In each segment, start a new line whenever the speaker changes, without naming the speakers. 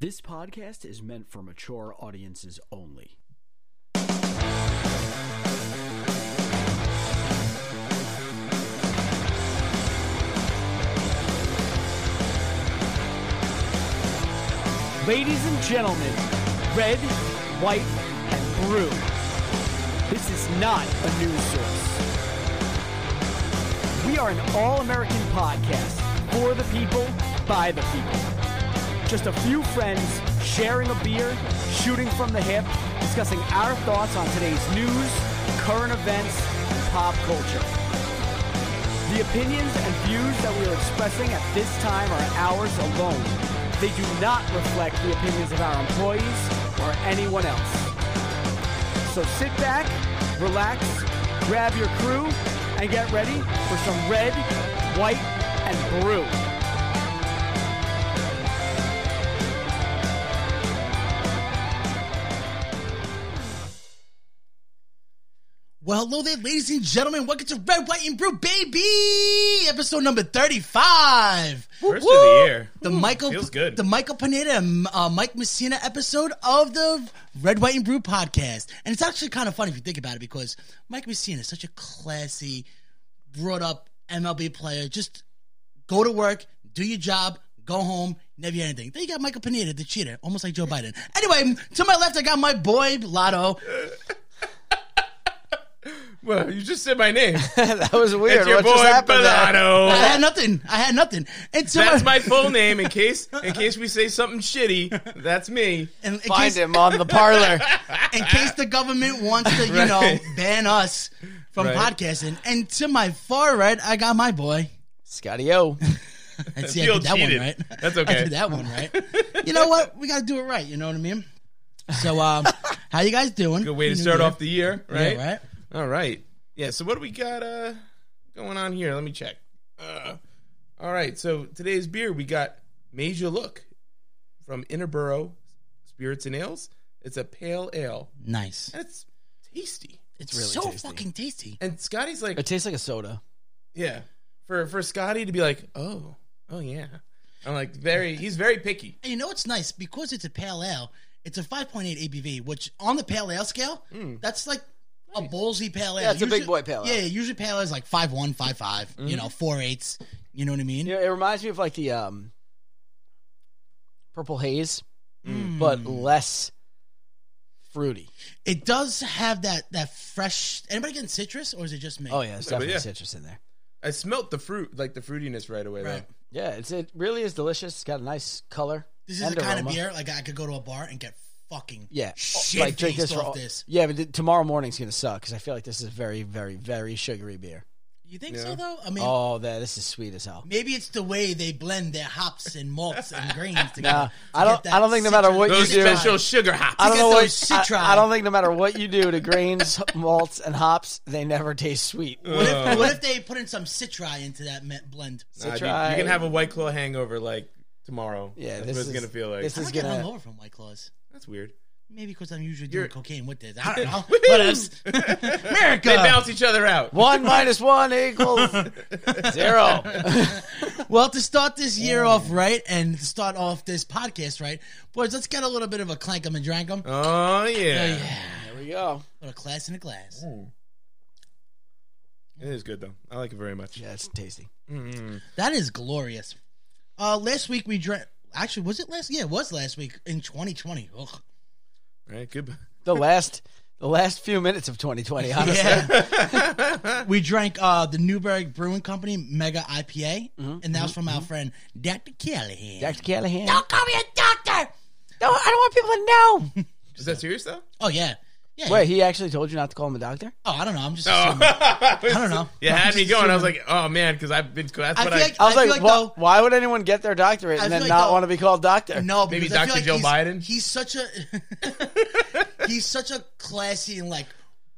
This podcast is meant for mature audiences only. Ladies and gentlemen, red, white, and brew. This is not a news source. We are an all American podcast for the people, by the people. Just a few friends sharing a beer, shooting from the hip, discussing our thoughts on today's news, current events, and pop culture. The opinions and views that we are expressing at this time are ours alone. They do not reflect the opinions of our employees or anyone else. So sit back, relax, grab your crew, and get ready for some red, white, and brew.
Well, hello there, ladies and gentlemen. Welcome to Red, White, and Brew, baby! Episode number 35.
First of the year.
The Michael
feels good.
the Michael Pineda and uh, Mike Messina episode of the Red, White, and Brew podcast. And it's actually kind of funny if you think about it because Mike Messina is such a classy, brought up MLB player. Just go to work, do your job, go home, never hear anything. Then you got Michael Pineda, the cheater, almost like Joe Biden. Anyway, to my left, I got my boy, Lotto.
Well, you just said my name.
that was weird.
It's your
what
boy
just happened there?
I
Bolano.
had nothing. I had nothing. And to
That's my full name in case in case we say something shitty. That's me.
and in
Find
case-
him on the parlor.
in case the government wants to, you know,
Right.
ban us from
Right.
podcasting. And to my far right, I got my boy.
Scotty O.
And see, I
feel
did that
cheated.
one right.
That's
I
okay.
did that one right. You know what? We got to do it right. You know what I mean? So, um, how you guys doing?
Good way to
New
start
year.
off the year, right?
Yeah, right.
All right. Yeah, so what do we got uh going on here? Let me check. Uh, all right. So today's beer we got Major Look from Innerborough Spirits and Ales. It's a pale ale.
Nice.
And it's tasty.
It's
really
so
tasty.
fucking tasty.
And Scotty's like
It tastes like a soda.
Yeah. For for Scotty to be like, oh, oh yeah. I'm like very he's very picky.
And you know what's nice? Because it's a pale ale, it's a 5.8 ABV, which on the pale ale scale, that's like a ballsy pale ale.
Hmm. Yeah, it's a big
Usually-
boy pale ale. Mm-hmm.
Yeah, usually pale ale is like 5.1, 5.5, you know, 4.8s. You know what I mean?
You know, it reminds me of like the um, purple haze,
Mm.
but less fruity.
It does have that that fresh. Anybody getting citrus, or is it just me?
Oh yeah, there's definitely
yeah.
citrus in there.
I smelt the fruit like the fruitiness right away
Right.
Yeah, it's it really is delicious. It's got a nice color.
This is
and
the kind
aroma.
of beer like I could go to a bar and get fucking
Yeah, Oh,
shit
like drink this
faced
for
off
all-
this.
Yeah, but th- tomorrow morning's gonna suck because I feel like this is very, very, very sugary beer.
You think
Yeah.
so though? I mean,
Oh, that this is sweet as hell.
maybe it's the way they blend their hops and malts and grains together.
Nah,
to
I
get
don't-
that
I don't think no matter
citrus-
what
though. Those
You do.
special sugar hops.
I don't
get
know
those
what
citron.
I, I don't think no matter what you do to grains, malts, and hops, they never taste sweet.
What if, what if they put in some citri into that me- blend?
Nah, dude,
Citri-
you can have a white claw hangover like tomorrow.
Yeah,
That's
this
what it's
is-
gonna feel like.
this
I
is-
don't get
gonna-
hungover from White Claws.
That's weird.
Maybe because I'm usually
You're-
doing cocaine with this. I don't know. What else? America.
They bounce each other out.
One minus one equals zero.
Well, to start this year off right and to start off this podcast right, boys, let's get a little bit of a clank 'em and drank 'em.
Oh yeah.
There we go.
Put a class in a glass.
It is good though. I like it very much.
Yeah, it's tasty.
Mm-mm.
That is glorious. Uh, last week we drank. Actually, was it last? Yeah, it was last week in 2020. Ugh.
Right, good.
The last the last few minutes of 2020, honestly.
Yeah, we drank uh, the Newberg Brewing Company Mega IPA, and that was from our friend Dr. Callahan.
Dr. Callahan.
Don't call me a doctor.
No, I don't want people to know.
Is that serious though?
Oh yeah, yeah.
Wait, he actually told you not to call him a doctor?
Oh, I don't know. I'm just.
Oh.
assuming.
I
don't know.
You
I'm
had
just
me going. I was like, oh man, because I've been. That's
I
what
feel
I.
like-
I was
I
like,
feel like
wha-
though-
why would anyone get their doctorate
I
and then
feel like
not
though-
want to be called doctor?
No,
Maybe
because I feel
Dr. Joe
he's-
Biden?
He's such a he's such a classy and like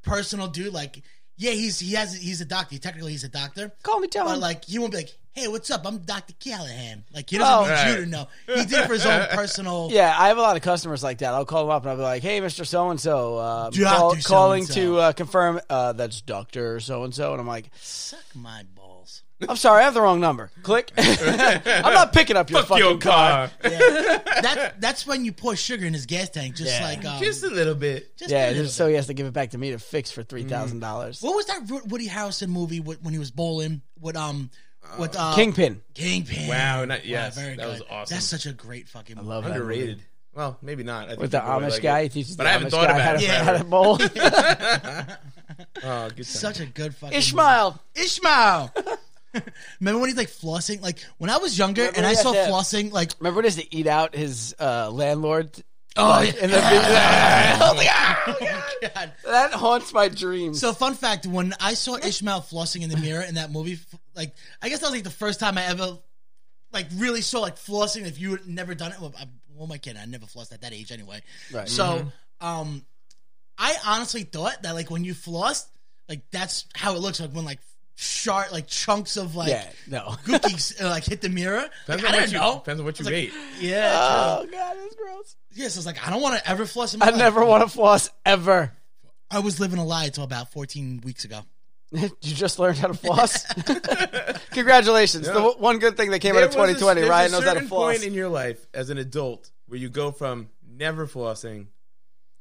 personal dude. Like, yeah, he's he has he's a doctor. Technically, he's a doctor.
Call me
But
John.
like, he won't be like, "Hey, what's up? I'm Dr. Callahan." Like, he doesn't
Oh.
want you
Right.
to know. He did it for his own personal.
yeah, I have a lot of customers like that. I'll call them up and I'll be like, "Hey, Mister So and So,
Doctor
calling
so-and-so."
to uh, confirm uh, that's Doctor So and So," and I'm like,
Suck my balls.
I'm sorry, I have the wrong number. Click. I'm not picking up your
Fuck
fucking
your
car.
car.
That that's when you pour sugar in his gas tank, just
Yeah.
like um,
Just
just,
a little bit.
a
Yeah,
little
just so he has to give it back to me to fix for three thousand dollars.
bit. What was that Ru- Woody Harrelson movie with, when he was bowling with um with uh,
Kingpin.
Kingpin?
Wow, not- yes, that was awesome.
That's such a great fucking movie.
Love that movie.
Underrated. Well, maybe not. I think
With the
people would
Amish
like
guy,
it.
he teaches
But
the
I haven't
Amish
thought
guy
about
how
it
to,
forever.
how to bowl.
Oh, good time.
Such a good fucking
Ishmael.
movie. Ishmael. Remember when he's like flossing? Like when I was younger
Remember
and I
that
saw
shit?
flossing, like
Remember when he used to eat out his uh, landlord?
oh,
Like, in the video?
Oh
God.
that haunts my dreams.
So fun fact: when I saw Ishmael flossing in the mirror in that movie, f- like I guess that was like the first time I ever like really saw like flossing. If you had never done it, well, I, well my kid, I never flossed at that age anyway.
Right.
So,
Mm-hmm.
um, I honestly thought that like when you floss, like that's how it looks like when like sharp like chunks of like
yeah, no.
gookies uh, like hit the mirror. Like,
Depends
I
on what
didn't
you,
know.
depends on what you
like-
ate.
Yeah.
Oh god, that's gross.
Yes, I was like, I don't want to ever floss. In my
I
life.
never want to floss ever.
I was living a lie until about 14 weeks ago.
you just learned how to floss. Congratulations! The
Yeah.
w- one good thing that came out of
There was a-
2020,
there's
Ryan
a
knows how to
certain
floss.
point in your life as an adult where you go from never flossing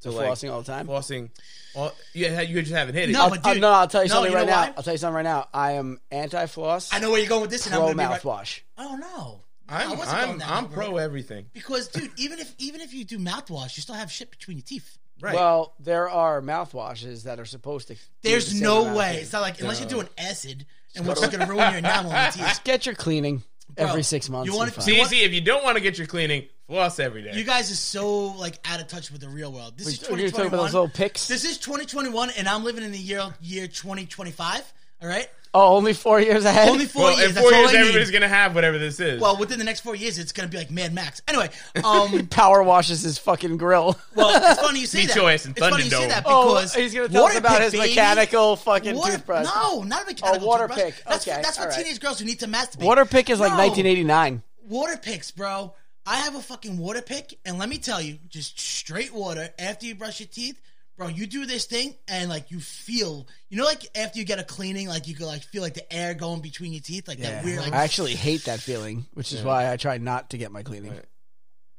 to, like,
flossing all the time.
Flossing, all, you, had- you just haven't hit it.
No,
I'll-
but
I'll-
dude-
no, I'll tell you
no,
something
you know
right now.
why?
I'll tell you something right now. I am anti-floss,
I know where you're going with this, and I'm
pro
going to be right.
mouthwash.
Oh no. I
I'm
wasn't going
I'm,
that
I'm
route.
pro everything.
Because, dude, even if even if you do mouthwash, you still have shit between your teeth.
Right.
Well, there are mouthwashes that are supposed to. do the
There's
same
no
amount of
way.
cleaning.
It's not like unless you're doing acid, and which is going to ruin your enamel on your teeth.
Get your cleaning every six months.
you
You
wanna
want to
see-
see?
it's easy if you don't want to get your cleaning, floss every day.
You guys are so like out of touch with the real world. This is
You're talking about those
2021.
little picks.
this is 2021, and I'm living in the year year 2025. All right,
oh, only four years ahead.
only four
well,
years.
in
that's
four
all
years,
I need.
everybody's gonna have whatever this is.
Well, within the next four years, it's going to be like Mad Max. Anyway, um,
power washes his fucking grill.
well, it's funny you say
Me
that.
choice and
it's funny you say
Thunderdome.
that
Oh,
because
he's gonna tell us
water
about
pick,
his
baby.
mechanical fucking
Water-
toothbrush. Oh,
No, not a mechanical
water
toothbrush.
pick.
That's,
Okay,
that's what
all right.
teenage girls who need to masturbate.
Water pick is like
No.
1989.
Water picks, bro. I have a fucking water pick, and let me tell you, just straight water after you brush your teeth, bro. You do this thing, and like you feel, you know, like after you get a cleaning, like you go like feel like the air going between your teeth, like that weird. Like,
I actually hate that feeling, which is why I try not to get my cleaning.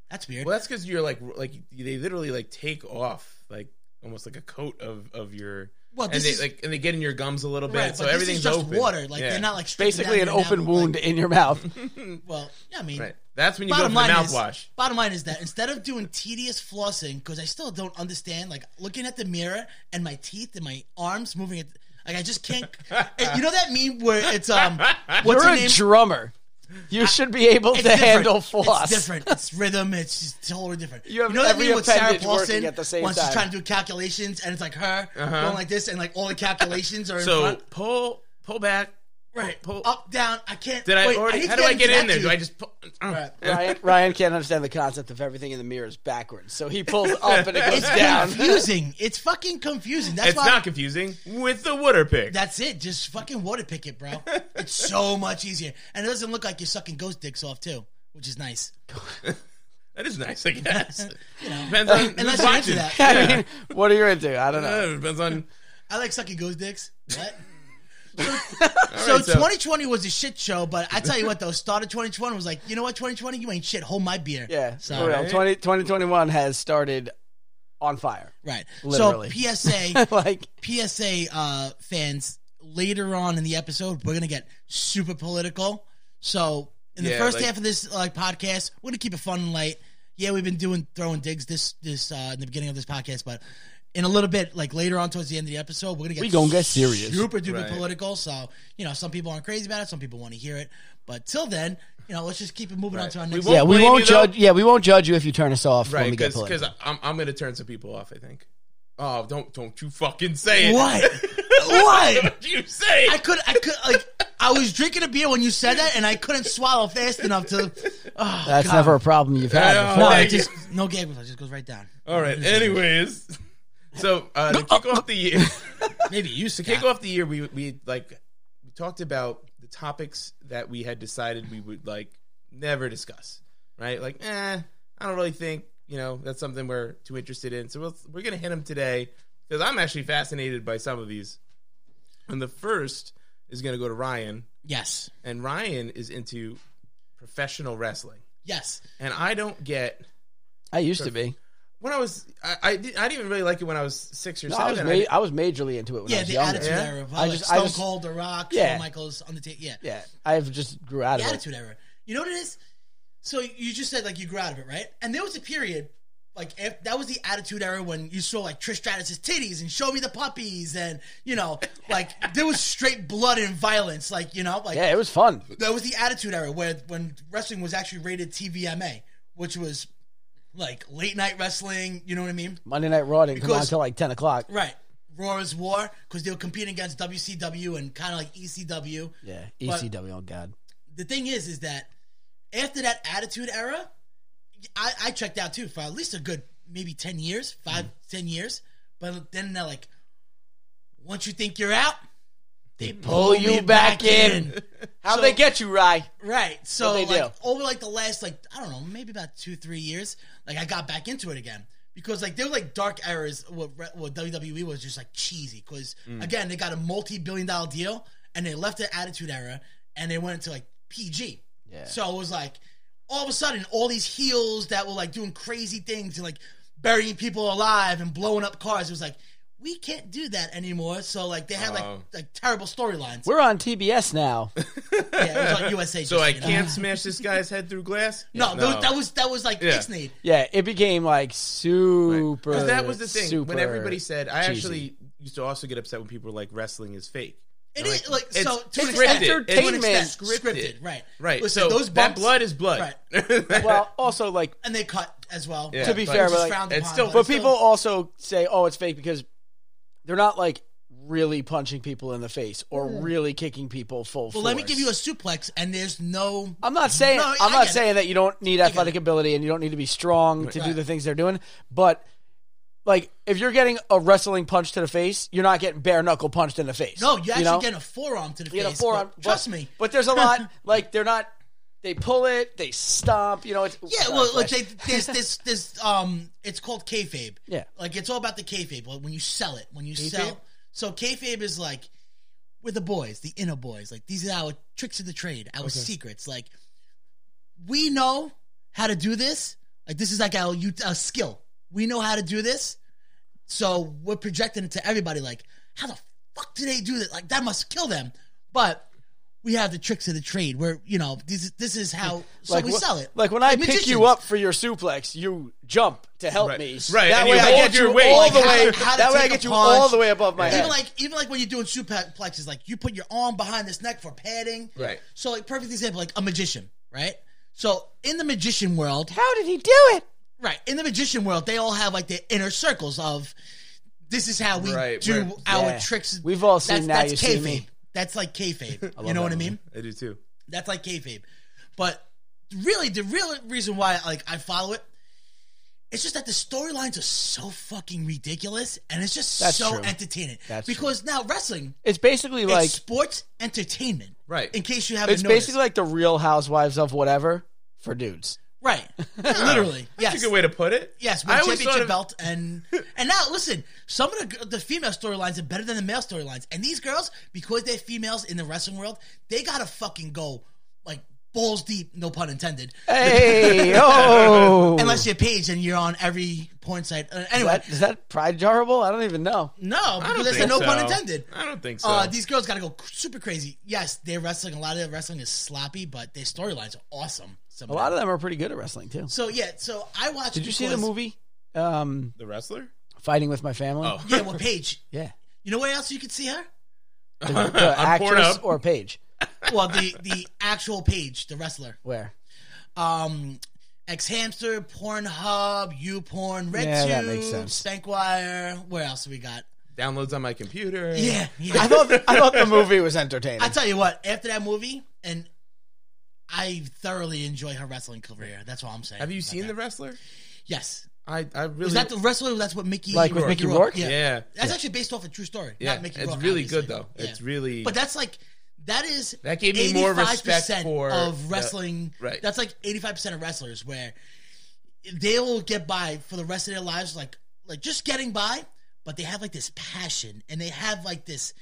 that's weird.
Well, that's because you're like like they literally like take off like almost like a coat of of your.
Well,
and
this
they
is-
like and they get in your gums a little bit,
Right,
so
but
everything's
this is just
open.
water. Like
Yeah.
they're not like stripping
Basically,
down
an
your
open
enamel, like-
wound in your mouth.
well, yeah, I mean,
Right. That's when you
bottom
go for
line
the
is
mouthwash.
bottom line is that instead of doing tedious flossing because I still don't understand like looking at the mirror and my teeth and my arms moving it like I just can't it- you know that meme where it's um what's
You're
her
a
name
drummer. You should be able to
It's different.
handle floss.
It's different. It's rhythm. It's just totally different.
You have
know that
every
meme with Sarah
appendage working
Paulson
at the same
when she's
time. Uh-huh.
trying to do calculations and it's like her going like this and like all the calculations are in
So
front.
pull pull back.
Right,
pull-
up, down. I can't.
Did I
wait,
already?
need
how
to
do I
into
get in
that
there? Do
dude.
I just? Pull, oh.
Right.
Ryan, Ryan can't understand the concept of everything in the mirror is backwards, so he pulls up and it goes down.
confusing. It's fucking confusing. That's
It's
why
not confusing with the water pick.
That's it. Just fucking water pick it, bro. It's so much easier, and it doesn't look like you're sucking ghost dicks off too, which is nice.
that is nice, I guess. Depends on
Unless
who's
you're into
watching.
that.
I mean, what are you into? I don't know.
Uh, depends on.
I like sucking ghost dicks. What?
All
So,
right,
2020 was a shit show, but I tell you what though, start of 2021 was like, you know what, 2020, you ain't shit. Hold my beer.
Yeah,
So
for real. 20, 2021 has started on fire.
right.
Literally.
So PSA,
like,
PSA uh, fans. Later on in the episode, we're gonna get super political. So in the
Yeah,
first
like-
half of this like podcast, we're gonna keep it fun and light. Yeah, we've been doing throwing digs this this uh, in the beginning of this podcast, but in a little bit, like later on towards the end of the episode, we're gonna get
We gonna get serious.
super duper
Right.
political. So you know, some people aren't crazy about it, some people want to hear it, but till then, you know, let's just keep it moving on
Right.
to our
We
next.
won't
yeah, we
blame
won't
you, though.
judge. Yeah, we won't judge you if you turn us off when
Right,
we get
because
political.
I'm, I'm going to turn some people off, I think. Oh, don't don't you fucking say it.
What? what?
Don't you say
I
it.
could, I could, like, I was drinking a beer when you said that, and I couldn't swallow fast enough to. Oh,
That's
God.
never a problem you've had.
Yeah,
before.
No,
Thank
it just no gag reflex. Just goes right down.
All right. Anyways, so uh, to kick off the year,
Maybe you used to
to kick off the year, we we like we talked about the topics that we had decided we would like never discuss. Right? Like, eh, I don't really think you know that's something we're too interested in. So we'll, we're gonna hit them today because I'm actually fascinated by some of these. And the first is going to go to Ryan,
Yes.
and Ryan is into professional wrestling.
Yes.
And I don't get
I used to be.
when I was I I, did, I didn't even really like it when I was six or
No, I was
seven.
ma- I was majorly into it when I
Yeah,
was
the
younger.
Attitude
Yeah.
Era.
I
like
just- I
Stone
just-
Cold, The Rock,
Yeah.
Shawn Michaels, Undertaker. Yeah.
Yeah, I've just grew out
The
of it.
Attitude Era. You know what it is? So you just said like you grew out of it, right? And there was a period, like if, that was the Attitude Era when you saw like Trish Stratus's titties and Show Me the Puppies, and you know, like there was straight blood and violence, like you know, like
Yeah, it was fun.
that was the Attitude Era where when wrestling was actually rated TVMA, which was like late night wrestling. You know what I mean?
Monday Night Raw didn't come on
Because-
until like ten o'clock.
Right. Roar's War because they were competing against WCW and kind of like ECW.
Yeah, ECW. Oh God.
The thing is, is that after that Attitude Era, I, I checked out too for at least a good maybe ten years, five
Mm.
ten years. But then they're like, once you think you're out, they
Pull you back in. How
So-
they get you, Rye?
Right. So
What'd they
like
do?
over like the last like I don't know maybe about two three years, like I got back into it again because like there were like dark eras. What, re- what WWE E was just like cheesy because
Mm.
again they got a multi billion dollar deal and they left the Attitude Era and they went into like PG.
Yeah.
So it was like all of a sudden all these heels that were like doing crazy things and like burying people alive and blowing up cars. It was like we can't do that anymore. So like they had like
Oh.
like terrible storylines.
We're on TBS now.
Yeah, it was on USA.
so
just
I
you know?
can't smash this guy's head through glass.
No, That, that was that was like
Yeah.
Ixnade.
Yeah, it became like super.
'Cause that was the thing
super
when everybody said. I
cheesy.
actually used to also get upset when people were like, "Wrestling is fake."
It
They're
is like, so
it's
to an
scripted.
extent,
It's
to an
entertainment.
extent,
Scripted.
scripted, right?
right.
Listen,
so
those
that
bumps,
blood is blood.
Well, also like
and they cut as well.
Yeah,
to be
but-
fair,
Which
but,
is
like,
frowned
it's
upon,
still-
but
it's
people also say, "Oh, it's fake," because they're not like really punching people in the face or really kicking people full
Well,
force.
let me give you a suplex, and there's no.
I'm not saying
No, I
I'm not
get it.
saying that you don't need athletic ability and you don't need to be strong to do
Right.
the things they're doing, but like if you're getting a wrestling punch to the face, you're not getting bare knuckle punched in the face.
No, you actually
know?
get a forearm to the
You
face.
get a forearm.
but
but-
Trust me.
but there's a lot like they're not. They pull it, they stomp. You know, it's
Yeah,
sorry,
well, like
Flash.
they, there's this, this, um, it's called kayfabe.
Yeah.
like it's all about the kayfabe. Like when you sell it, when you sell. So kayfabe is like we're the boys, the inner boys. Like these are our tricks of the trade, our secrets. Like we know how to do this. Like this is like our, you- our skill. We know how to do this, so we're projecting it to everybody. Like, how the fuck do they do that? Like that must kill them, but. We have the tricks of the trade. Where you know this. This is how so we
wh-
sell it.
Like when I
Like
pick you
magicians.
up for your suplex, you jump to help
Right.
me.
Right,
That
and
way
you
I
hold
get
your
you
weight.
all
Like
the
how
way.
to- how to
that way
take
I
a
get you
punch.
all the way above my head.
Even like even like when you're doing suplexes, like you put your arm behind this neck for padding.
Right.
So like perfect example, like a magician, right? So in the magician world,
How did he do it?
right? In the magician world, they all have like their inner circles of this is how we
Right,
do
right.
our
Yeah.
tricks.
We've all seen Now You See
kayfabe.
Me.
That's like kayfabe. you know what I mean?
I do too.
That's like kayfabe. But really, the real reason why like I follow it, it's just that the storylines are so fucking ridiculous, and it's just
That's
so
true.
entertaining.
That's true.
because now wrestling,
It's basically
like,
like
it's sports entertainment,
Right.
In case you haven't
it's
noticed,
basically like the Real Housewives of whatever for dudes.
right? Literally, yes.
That's a good way to put it.
Yes, with
I
a
always
championship
thought of-
belt and and now listen, some of the the female storylines are better than the male storylines, and these girls because they're females in the wrestling world, they gotta fucking go like balls deep, no pun intended.
Hey, oh,
Unless you're Paige and you're on every porn site. Uh,
Is
anyway,
that, is that pride jarable? I don't even know.
no,
I
because
don't
that's a
think
no
so.
pun intended.
I don't think so.
Uh, these girls got to go super crazy. Yes, they're wrestling. A lot of their wrestling is sloppy, but their storylines are awesome.
A lot of them are pretty good at wrestling too.
So yeah, so I watched.
Did you see the
because-
movie um,
the wrestler.
Fighting with My Family?
Oh.
Yeah, well, Paige.
Yeah,
You know where else you could see her?
the, the
On
actress
Pornhub.
or Paige?
Well, the the actual Paige, the wrestler.
Where?
Um, X Hamster, Pornhub, YouPorn, RedTube,
Yeah, that makes sense.
Spankwire. Where else we got?
Downloads on my computer.
Yeah, yeah.
I thought I thought the movie was entertaining.
I tell you what, after that movie, and I thoroughly enjoy her wrestling career. That's all I'm saying.
Have you
about
seen the
that.
wrestler?
Yes.
I I really
Is that the wrestler? That's what Mickey
Like with Mickey Rourke?
Yeah.
yeah.
That's actually based off a true story.
Yeah,
not Mickey
it's
Rourke,
really
obviously.
good though.
Yeah.
It's really
But that's like that is
That gave me more respect
85%
for the-
of wrestling.
right.
That's like eighty five percent of wrestlers where they will get by for the rest of their lives, like like just getting by, but they have like this passion and they have like this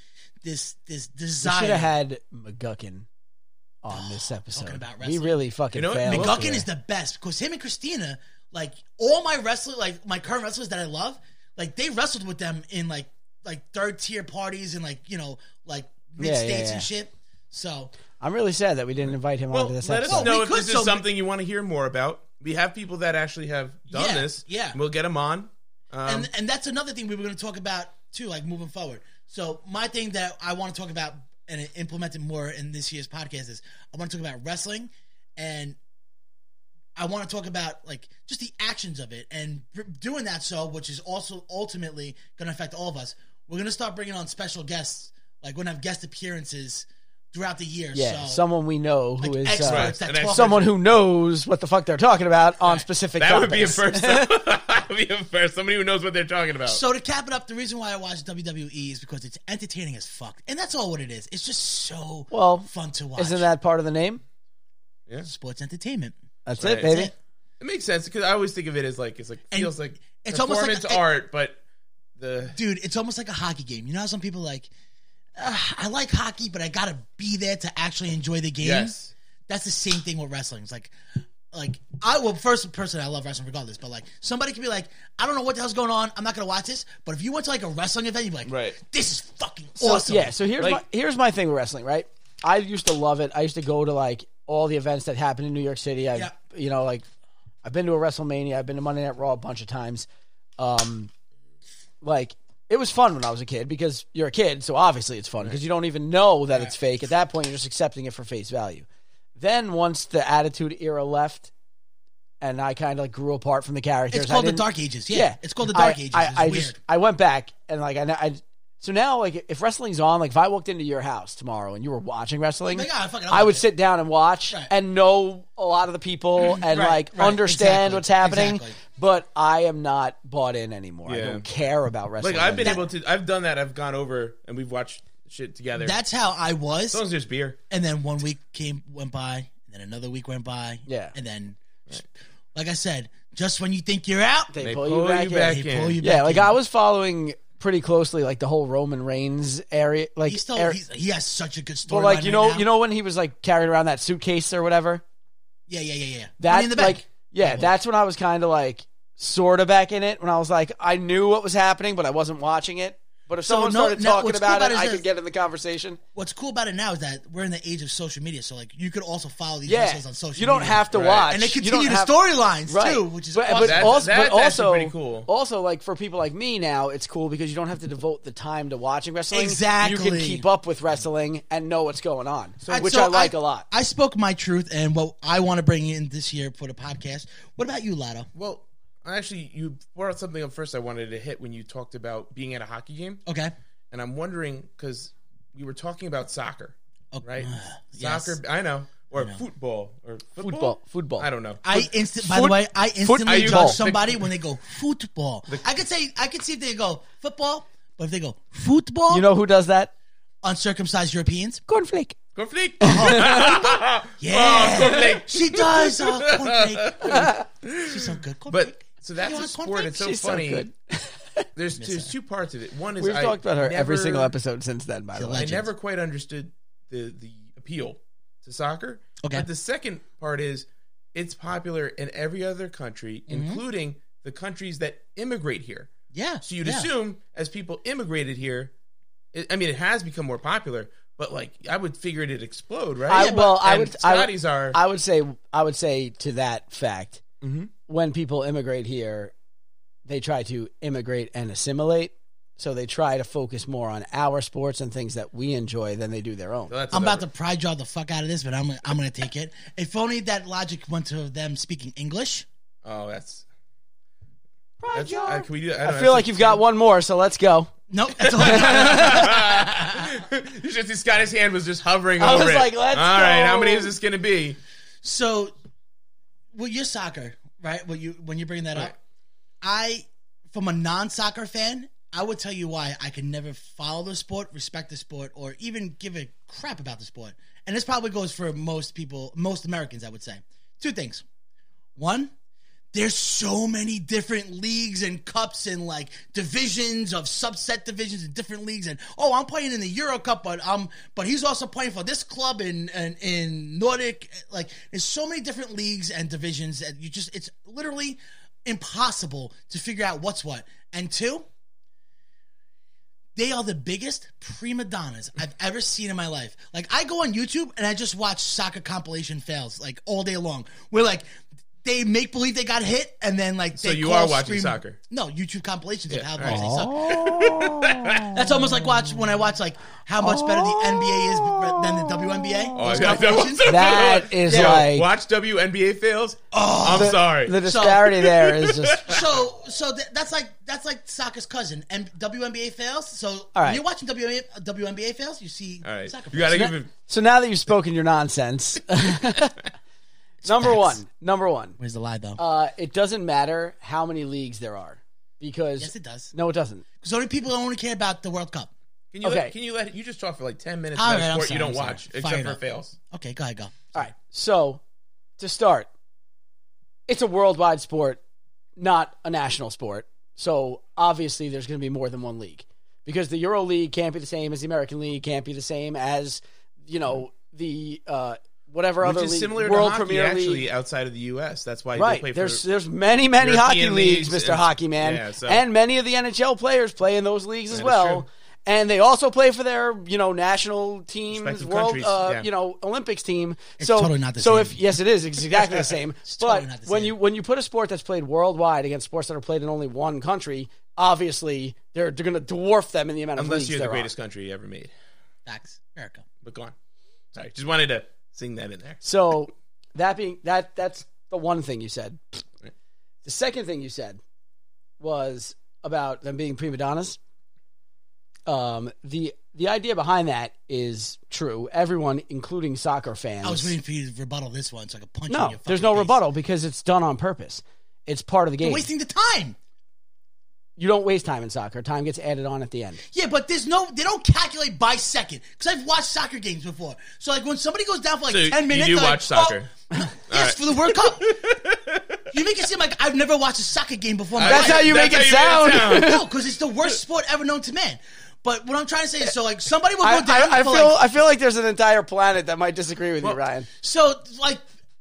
this this
We should have
desire.
had McGuckin on this episode.
about
we
wrestling.
really fucking
You know what?
failed.
McGuckin
there.
is the best because him and Christina, like all my wrestler, like my current wrestlers that I love, like they wrestled with them in like like third tier parties and like you know like mid
yeah,
states
yeah.
and shit. So
I'm really sad that we didn't invite him
Well,
onto this
let
episode.
us know
we
if
could,
this is
so we-
something you want to hear more about. We have people that actually have done
Yeah,
this.
yeah.
We'll get them on. Um,
and and that's another thing we were going to talk about too, like moving forward. So my thing that I want to talk about and implement it more in this year's podcast is I want to talk about wrestling, and I want to talk about like just the actions of it and pr- doing that. So, which is also ultimately going to affect all of us. We're going to start bringing on special guests, like we're going to have guest appearances throughout the year.
yeah,
so,
someone we know who
like
is
experts
uh,
Right,
that
an expert.
talk
someone who knows what the fuck they're talking about on specific.
that would be a
topics.
first. that would be a first. Somebody who knows what they're talking about.
So to cap it up, the reason why I watch WWE is because it's entertaining as fuck, and that's all what it is. It's just so
Well,
fun to watch.
Isn't that part of the name?
yeah,
sports entertainment?
That's
Right.
it, baby.
That's it.
it makes sense because I always think of it as like it's like
And
feels like
it's almost like
performance
a-
art, but the
Dude, it's almost like a hockey game. You know how some people like, "Ah, I like hockey, but I gotta be there to actually enjoy the game.
yes,
That's the same thing with wrestling. It's like, like I well, first person I love wrestling regardless, but like somebody could be like, I don't know what the hell's going on. I'm not gonna watch this. But if you went to like a wrestling event, you'd be like,
Right.
This is fucking
So-
awesome.
Yeah. So here's
Like-
my here's my thing with wrestling. Right. I used to love it. I used to go to like all the events that happened in New York City. I,
Yeah.
you know, like I've been to a WrestleMania. I've been to Monday Night Raw a bunch of times. Um, like it was fun when I was a kid because you're a kid, so obviously it's fun because you don't even know that it's fake. At that point, you're just accepting it for face value. Then once the Attitude Era left, and I kind of like grew apart from the characters.
it's
I
called the
didn't-
Dark Ages. Yeah,
yeah,
it's called the Dark
I,
Ages.
I,
it's
I
weird.
just I went back and like I, I so now like if wrestling's on, like if I walked into your house tomorrow and you were watching wrestling,
Like, ah, fuck it, I'll
I
watch
would
it.
sit down and watch
Right. Mm-hmm.
and know a lot of the people and
Right,
like
right, exactly,
understand what's happening.
exactly.
But I am not bought in anymore. I
Yeah.
don't care about wrestling.
like I've been
anymore.
able to. I've done that. I've gone over and we've watched shit together. As
That's how I was.
long as there's beer.
And then one week came went by, and then another week went by.
Yeah.
And then, like I said, just when you think you're out,
They
they,
They
pull you back in.
back
pull you back.
yeah, like
in.
I was following pretty closely like the whole Roman Reigns area. Like
He's still
area-
he's, he has such a good story.
but like you know you know when he was like carrying around that suitcase or whatever.
yeah, yeah, yeah, yeah.
That
Money in the
like
bank.
yeah, that's when I was kind of like sort of back in it when I was like I knew what was happening but I wasn't watching it. But if
So,
someone
no-
started
no,
talking
what's cool
about,
about
it,
it is
I
that-
could get in the conversation.
What's cool about it now is that we're in the age of social media, so like you could also follow these
Yeah,
wrestlers on social.
you don't
media.
have to
Right.
watch,
and they
You don't
continue the
have-
storylines
right.
too, which is
but,
awesome.
but
That's-
also,
that's
but
actually
also,
pretty cool.
Also, like for people like me now, it's cool because you don't have to devote the time to watching wrestling. you can
Exactly.
keep up with wrestling and know what's going on,
All right,
which
so
I like a lot.
I spoke my truth and what I want to bring in this year for the podcast. What about you, Lotto?
Well, actually, you brought something up first. I wanted to hit when you talked about being at a hockey game,
Okay.
and I'm wondering because we were talking about soccer,
Okay.
right?
Yes.
Soccer, I know, or football, or football?
Football, football.
I don't know.
I instant. By
foot-
the way, I
football.
instantly
Football.
judge somebody when they go football. I could say I could see if they go football, but if they go football,
You know who does that?
uncircumcised Europeans.
Oh,
Cornflake.
Conflict.
Yeah,
Conflict.
she does. Oh, cornflake. She's so good.
But so that's
You
a
want
sport.
cornflakes?
It's so
She's so
funny.
good.
there's there's two parts of it. One is
We've
I
talked about her every
never-
single episode since then. By the
a
way,
I
Legends.
never quite understood the the appeal to soccer.
Okay.
But the second part is it's popular in every other country, including the countries that immigrate here.
yeah.
So you'd
yeah.
assume as people immigrated here, it, I mean, it has become more popular. But like, I would figure it'd explode, right?
I- Yeah, well, but- I
And
would- I would-
Scotties are
I would say I would say to that fact, when people immigrate here, they try to immigrate and assimilate. So they try to focus more on our sports and things that we enjoy than they do their own.
so that's
I'm about
another-
to pry jaw the fuck out of this, but I'm I'm gonna take it. If only that logic went to them speaking English.
Oh, that's. that's uh, can we do? that?
Oh, I feel like you've got one more, so let's go.
Nope, that's all I got.
you should see Scotty's hand was just hovering
I
over
was
it.
like, let's
All right, how many
go.
is this going to be?
So, well, you're soccer, right? Well, you when you bring that
Right.
up, I, from a non-soccer fan, I would tell you why I could never follow the sport, respect the sport, or even give a crap about the sport. And this probably goes for most people, most Americans, I would say. Two things: one, there's so many different leagues and cups and like divisions of subset divisions and different leagues and oh I'm playing in the Euro Cup but um but he's also playing for this club in in, in Nordic like there's so many different leagues and divisions that you just it's literally impossible to figure out what's what and two they are the biggest prima donnas I've ever seen in my life. Like I go on YouTube and I just watch soccer compilation fails like all day long. Where like they make believe they got hit and then like
So
they
you
call,
are watching
scream-
soccer?
No, YouTube compilations of
Yeah,
how
all
much they
right.
suck.
Oh.
That's almost like watch when I watch like how much better the NBA is than the WNBA.
Oh,
Those
yeah, that was-
compilations.
That is
Yo,
like Oh,
watch WNBA fails. I'm sorry.
the disparity there is just
so so th- that's like that's like soccer's cousin and WNBA fails. So
All right.
when you're watching WNBA, WNBA fails, you see
All right,
soccer.
you gotta
fails.
give it.
So now that you've spoken your nonsense, number
facts.
one, number one,
Where's the lie though?
uh, it doesn't matter how many leagues there are because
yes, it does.
no, it doesn't.
Because only people only care about the World Cup.
Can you
Okay.
let, can you let you just talk for like ten minutes
All
about
right,
a
I'm
sport
sorry,
you don't
I'm sorry.
watch
Fired
except for
up.
fails?
Okay, go ahead, go.
All right. So to start, it's a worldwide sport, not a national sport. So obviously, there's going to be more than one league because the Euro League can't be the same as the American League, can't be the same as you know the uh, whatever
Which
other
is
league,
similar
World
to hockey,
Premier
actually,
League.
outside of the U.S. That's why they
Right.
play
There's
for.
there's many many
European
hockey leagues,
leagues
Mr.
and-
Hockey Man,
yeah, so-
and many of the NHL players play in those leagues as
That is
well.
true.
And they also play for their, you know, national teams,
Respective
world,
countries,
uh,
yeah.
you know, Olympics team. so
totally not the
so
same.
if yes, it is it's exactly the same. but
totally not the
when
same.
you when you put a sport that's played worldwide against sports that are played in only one country, obviously they're they're going to dwarf them in the amount of
Unless
leagues
you're the
there are.
greatest country ever made,
Facts, America.
but go on. Sorry, just wanted to sing that in there.
So that being that that's the one thing you said. The second thing you said was about them being prima donnas. Um, the the idea behind that is true. Everyone, including soccer fans,
I was waiting for you to rebuttal this one so I could punch you in
no,
your
there's
fucking
no
face.
rebuttal because it's done on purpose. It's part of the game.
You're wasting the time.
you don't waste time in soccer. Time gets added on at the end.
Yeah, but there's no. They don't calculate by second because I've watched soccer games before. So like when somebody goes down for like
So you
ten minutes,
do
they're like,
watch soccer.
"Oh, yes, for the World Cup. you make it seem like I've never watched a soccer game before. in my
That's
life.
how you make it sound.
no, because it's the worst sport ever known to man. But what I'm trying to say is, so like somebody will go
I,
down.
I, I
for,
feel
like,
I feel like there's an entire planet that might disagree with you, Ryan.
So like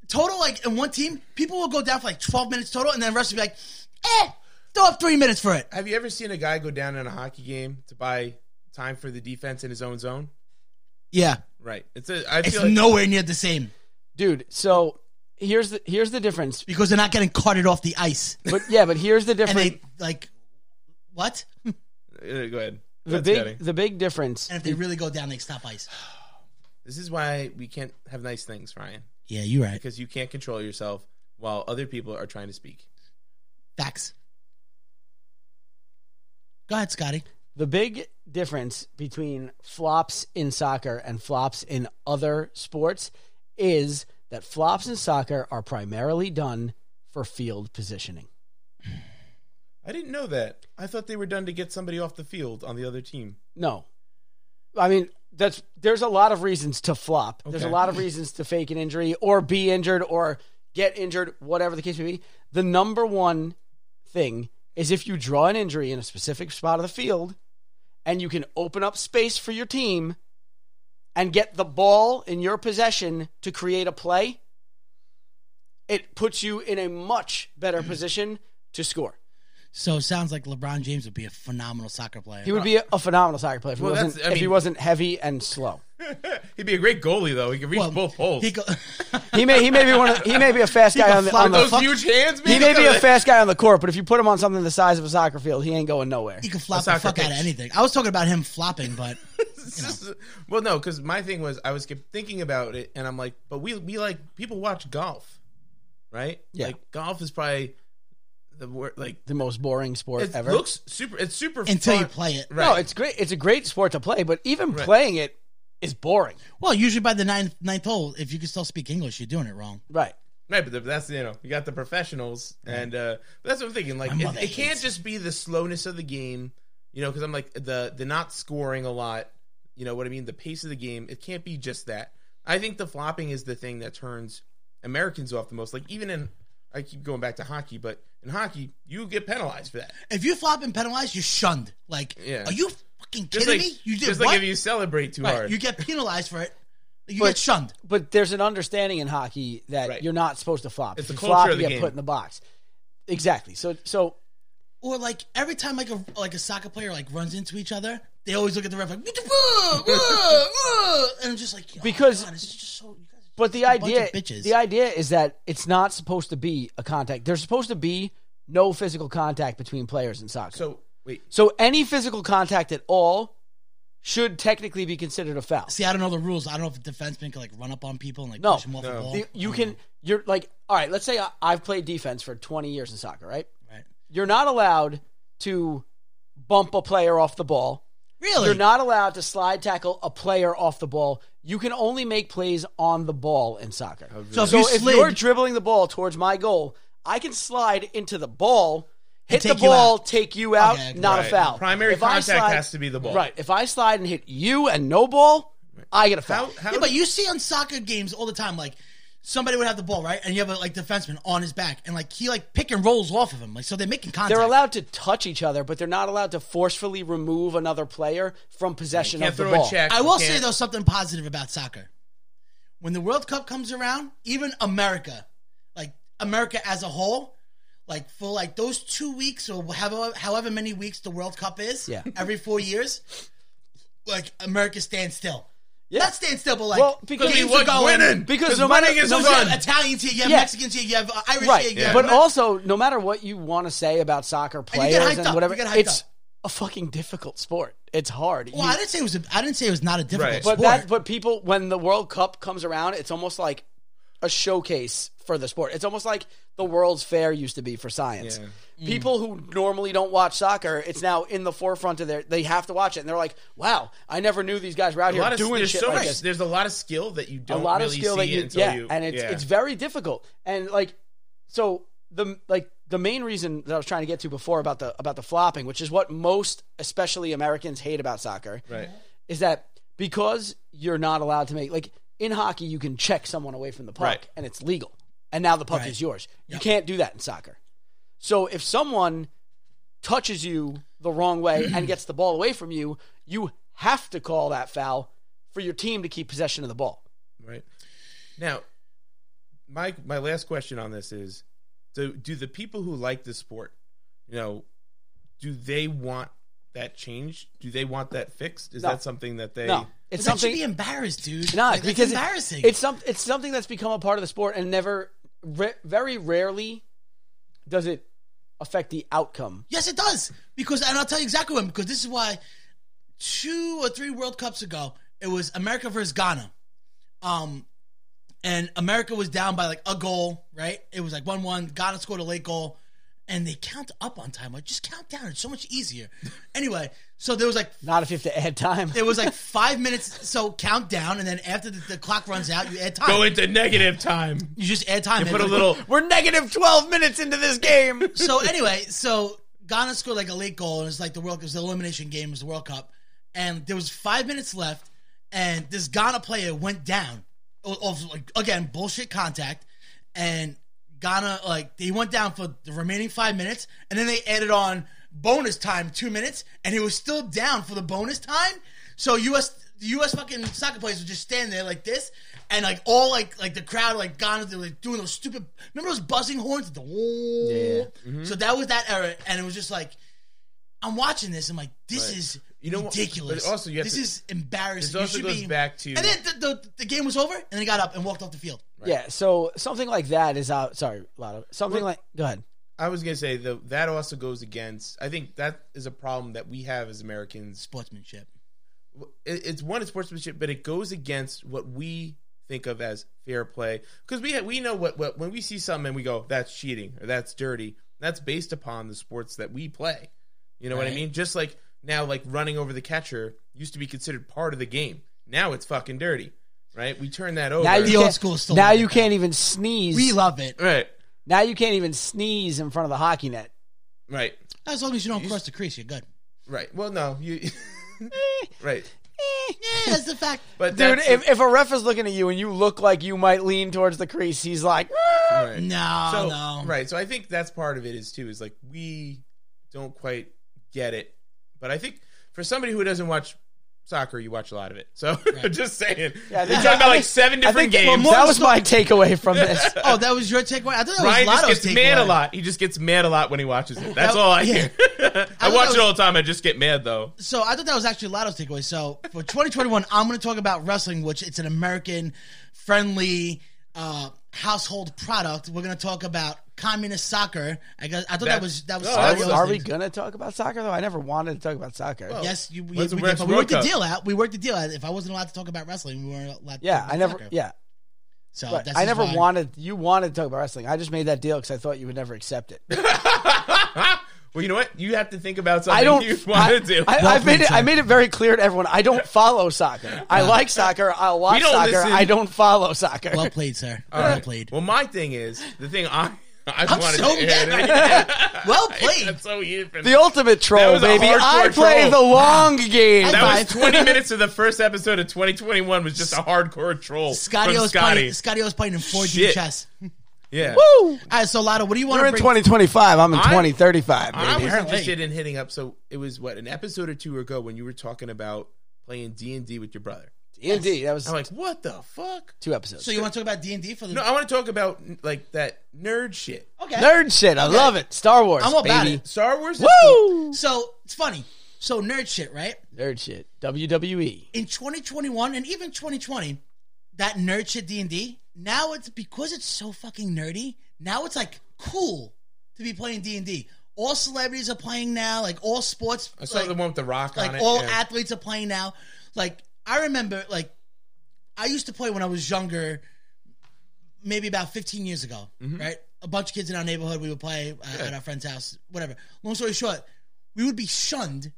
total like in one team, people will go down for like twelve minutes total, and then the rest will be like, eh, throw up three minutes for it.
Have you ever seen a guy go down in a hockey game to buy time for the defense in his own zone?
Yeah,
Right. It's a. I feel
it's
like,
nowhere near the same
Dude, so here's the here's the difference.
because they're not getting carted off the ice,
But yeah, but here's the
and
difference.
they like what? And
Uh, go ahead.
the
That's
big
getting-
the big difference
if they really go down, they stop ice.
This is why we can't have nice things, Ryan,
Yeah, you're right.
because you can't control yourself while other people are trying to speak.
Facts. Go ahead, Scotty.
the big difference between flops in soccer and flops in other sports is that flops in soccer are primarily done for field positioning.
I didn't know that. I thought they were done to get somebody off the field on the other team.
No. I mean, that's there's a lot of reasons to flop. There's a
Okay.
lot of reasons to fake an injury or be injured or get injured, whatever the case may be. The number one thing is if you draw an injury in a specific spot of the field and you can open up space for your team and get the ball in your possession to create a play, it puts you in a much better position to score.
So it sounds like LeBron James would be a phenomenal soccer player.
He would be a phenomenal soccer player if he,
Well,
wasn't,
that's- I
if he
mean-
wasn't heavy and slow.
He'd be a great goalie, though. He could reach
Well,
both holes.
He go-
He may he may be one of, he may be a fast guy
can
on the,
fly
on the
Those
fuck-
huge hands.
he
man,
may be
look
a
at
fast guy on the court, but if you put him on something the size of a soccer field, he ain't going nowhere.
he could flop the
soccer
fuck out of
pitch.
anything. I was talking about him flopping, but
that. Well, no, because my thing was I was kept thinking about it, and I'm like, but we we like people watch golf, right?
Yeah.
Like golf is probably the wor- like
The most boring sport
it
ever.
looks super. It's super
until
fun.
you play it.
no, it's great. It's a great sport to play, but even
Right.
playing it is boring.
Well, usually by the ninth ninth hole, if you can still speak English, you're doing it wrong.
Right.
Right, but that's you know you got the professionals, and uh, but that's what I'm thinking. Like
My mother
it, it can't
hates
just be the slowness of the game, you know, because I'm like the the not scoring a lot, you know what I mean. The pace of the game, it can't be just that. I think the flopping is the thing that turns Americans off the most. Like even in, I I keep going back to hockey, but in hockey, you get penalized for that.
If you flop and penalize, you're shunned. Like,
Yeah.
are you fucking
Just
kidding
like,
me? You did
just
what?
like if you celebrate too
Right,
hard.
You get penalized for it. You
But-
get shunned.
but there's an understanding in hockey that
Right.
you're not supposed to flop.
It's
if
the
you
culture
flop,
of the
you get
game.
put in the box. Exactly. So so
Or like every time like a like a soccer player like runs into each other, they always look at the ref like "Whoa, whoa, whoa," and I'm just like oh,
Because-
God, this is just so. You guys are
But the
a bunch
idea,
of bitches.
the idea is that it's not supposed to be a contact. There's supposed to be no physical contact between players in soccer. So,
so wait,
any physical contact at all should technically be considered a foul.
See, I don't know the rules. I don't know if a defenseman can like run up on people and like
No.
push them off the
No.
ball.
The- you can,
oh.
you're like, all right. Let's say I, I've played defense for 20 years in soccer, right?
right.
You're not allowed to bump a player off the ball.
Really?
You're not allowed to slide tackle a player off the ball. You can only make plays on the ball in soccer.
So if
So
you
if
slid,
you're dribbling the ball towards my goal, I can slide into the ball, hit the
take you
ball,
out.
take you out,
Okay, okay.
not a
Right.
foul.
Primary
If I
contact
slide-
has to be the ball.
Right. If I slide and hit you and no ball, I get a foul.
How, how
yeah, but you see on soccer games all the time, like somebody would have the ball right, and you have a like defenseman on his back, and like he like pick and rolls off of him, like so they're making contact.
They're allowed to touch each other, but they're not allowed to forcefully remove another player from possession
can't
of the
throw
ball.
a check.
I
you
will
can't-
say though something positive about soccer. When the World Cup comes around, even America, like America as a whole, like for like those two weeks or however however many weeks the World Cup is,
Yeah.
every four years, like America stands still.
Yeah.
Not stand still, but like
Well, because-
games
We
are
look
going.
winning
Because no matter-
winning is
no
a
So you
fun.
have Italians here, you have
Yeah.
Mexicans here, you have uh, Irish
Right.
here, you have
But
Amer-
also, no matter what you want to say about soccer
you get
players
hyped
and,
up, you
whatever,
get hyped
it's
up.
a fucking difficult sport. It's hard.
well,
You-
I didn't say it was. A, I didn't say it was not a difficult
Right.
sport.
But that, but people, when the World Cup comes around, it's almost like a showcase for the sport. It's almost like the World's Fair used to be for science. People who normally don't watch soccer, it's now in the forefront of their. They have to watch it, and they're like, "Wow, I never knew these guys were out
a lot
here
of,
doing
there's
shit
so
like
much.
this."
There's a lot of skill that you
A
don't
lot
really
of skill
see
that you,
until
yeah,
you.
and it's
yeah.
it's very difficult. And like, so the like the main reason that I was trying to get to before about the about the flopping, which is what most, especially Americans, hate about soccer,
right.
is that because you're not allowed to make like in hockey you can check someone away from the puck
Right.
and it's legal and now the puck
Right.
is yours you can't do that in soccer so if someone touches you the wrong way and gets the ball away from you you have to call that foul for your team to keep possession of the ball
Right. Now, my my last question on this is: Do do the people who like the sport, you know, do they want that changed? Do they want that fixed? Is
No.
that something that they?
no it's
But that should
something
be embarrassed, dude.
No,
Like, that's
because it-
embarrassing.
It's some, it's something that's become a part of the sport and never re- very rarely does it affect the outcome
Yes, it does. Because and I'll tell you exactly when. Because this is why two or three World Cups ago, it was America versus Ghana. Um, and America was down by like a goal, right? It was like one-one. Ghana scored a late goal, and they count up on time. Like just count down; it's so much easier. Anyway, so there was like
not if you have to add time
there was like five minutes. So count down, and then after the, the clock runs out, you add time.
Go into negative time.
you just add time.
You
in.
put a little.
We're negative 12 minutes into this game.
so anyway, so Ghana scored like a late goal, and it's like the World. It was the elimination game, it was the World Cup, and there was five minutes left, and this Ghana player went down, O- of like, again bullshit contact, and Ghana like they went down for the remaining five minutes, and then they added on bonus time two minutes, and he was still down for the bonus time. So U.S. The U.S. fucking soccer players would just stand there like this, and like all like like the crowd like Ghana they were like doing those stupid remember those buzzing horns the
Mm-hmm.
so that was that era, and it was just like I'm watching this. I'm like, this
Right.
is
You know what-
ridiculous.
but also you have
this
to-
is embarrassing.
This
You
also
should
goes
be-
back to
And then the, the, the game was over, and they got up and walked off the field.
Yeah, so something like that is out. Sorry, Lotto. Something like. Go ahead.
I was gonna say the, that also goes against. I think that is a problem that we have as Americans.
Sportsmanship.
It- It's one, it's sportsmanship, but it goes against what we think of as fair play because we we know what, what when we see something and we go that's cheating or that's dirty. That's based upon the sports that we play. You know what I
Right.
mean? Just like now, like running over the catcher used to be considered part of the game. Now it's fucking dirty, right? We turn that over.
Now you
The old
can't-
school still
Now
like
you
that.
can't even sneeze.
We love it.
right,
now you can't even sneeze in front of the hockey net.
right,
As long as you don't cross the crease, you're good.
right. Well, no, you right.
Yeah, that's the fact.
But
Dude,
that's-
if, if a ref is looking at you and you look like you might lean towards the crease, he's like, "Ah."
right.
No,
so,
no.
Right. So I think that's part of it is too is like we don't quite get it, but I think for somebody who doesn't watch soccer, you watch a lot of it. So I'm just saying,
Yeah, I
you're
think-
talking about
I
like
think-
seven
I
different
think
games.
that was my takeaway from this.
Oh, that was your takeaway. I thought that was
Ryan just
Lotto's
gets mad
takeaway.
a lot. He just gets mad a lot when he watches it. That's
That-
all I
yeah.
hear. I
thought
watch
that
it all the time. I just get mad though.
So I thought that was actually Lotto's takeaway. So for 2021, I'm going to talk about wrestling, which it's an American friendly uh, household product. We're going to talk about communist soccer. I guess I thought that
That's-
was that was.
Oh,
Are
that
we,
was-
are we gonna talk about soccer though? I never wanted to talk about soccer.
Yes, you, we, we,
Oh. When's the
did,
next
but we
World
worked the
Cup?
deal out. We worked the deal out. If I wasn't allowed to talk about wrestling, we weren't allowed. To talk
yeah,
about
I never.
soccer.
Yeah,
So
right.
that's
I
just
never
why-
wanted. You wanted to talk about wrestling. I just made that deal because I thought you would never accept it.
Well, you know what? You have to think about something
I don't.
you want to
I,
do.
I, I've made it. I made it very clear to everyone. I don't follow soccer. I like soccer. I watch
don't
soccer.
listen.
I don't follow soccer.
Well played, sir.
All
well
right.
played.
Well, my thing is the thing I I
I'm
wanted
so
to
mad right Well played.
That's so you.
the ultimate troll,
was a
baby.
hardcore
I play
troll.
the long game.
I-
That was
Five.
20 minutes of the first episode of 2021 was just a hardcore troll
Scotty
from
was
Scotty.
playing. Scotty was playing in 4D
Shit.
chess.
yeah.
Woo!
All right, so Lotto, what do you want
You're
to
in
bring?
2025. I'm in
I'm-
2035,
I was
baby.
Apparently.
interested in hitting up. So it was what an episode or two ago when you were talking about playing D and D with your brother.
Indeed, that was
I'm like, what the fuck?
two episodes.
So you want to talk about D and D for the?
No, I want to talk about like that nerd shit.
okay.
Nerd shit. I love it. Star Wars.
I'm about
baby.
it.
Star Wars. is cool.
Woo!
So it's funny. So nerd shit, right?
Nerd shit. E. WWE.
In 2021 and even 2020, that nerd shit D and D. Now it's because it's so fucking nerdy. Now it's like cool to be playing D and D. All celebrities are playing now. Like all sports.
I saw
like-
the one with the Rock on
like
it.
all
yeah.
athletes are playing now. Like I remember, like I used to play when I was younger, maybe about 15 years ago,
Mm-hmm.
right? A bunch of kids in our neighborhood, we would play uh, at our friend's house, whatever. Long story short, we would be shunned,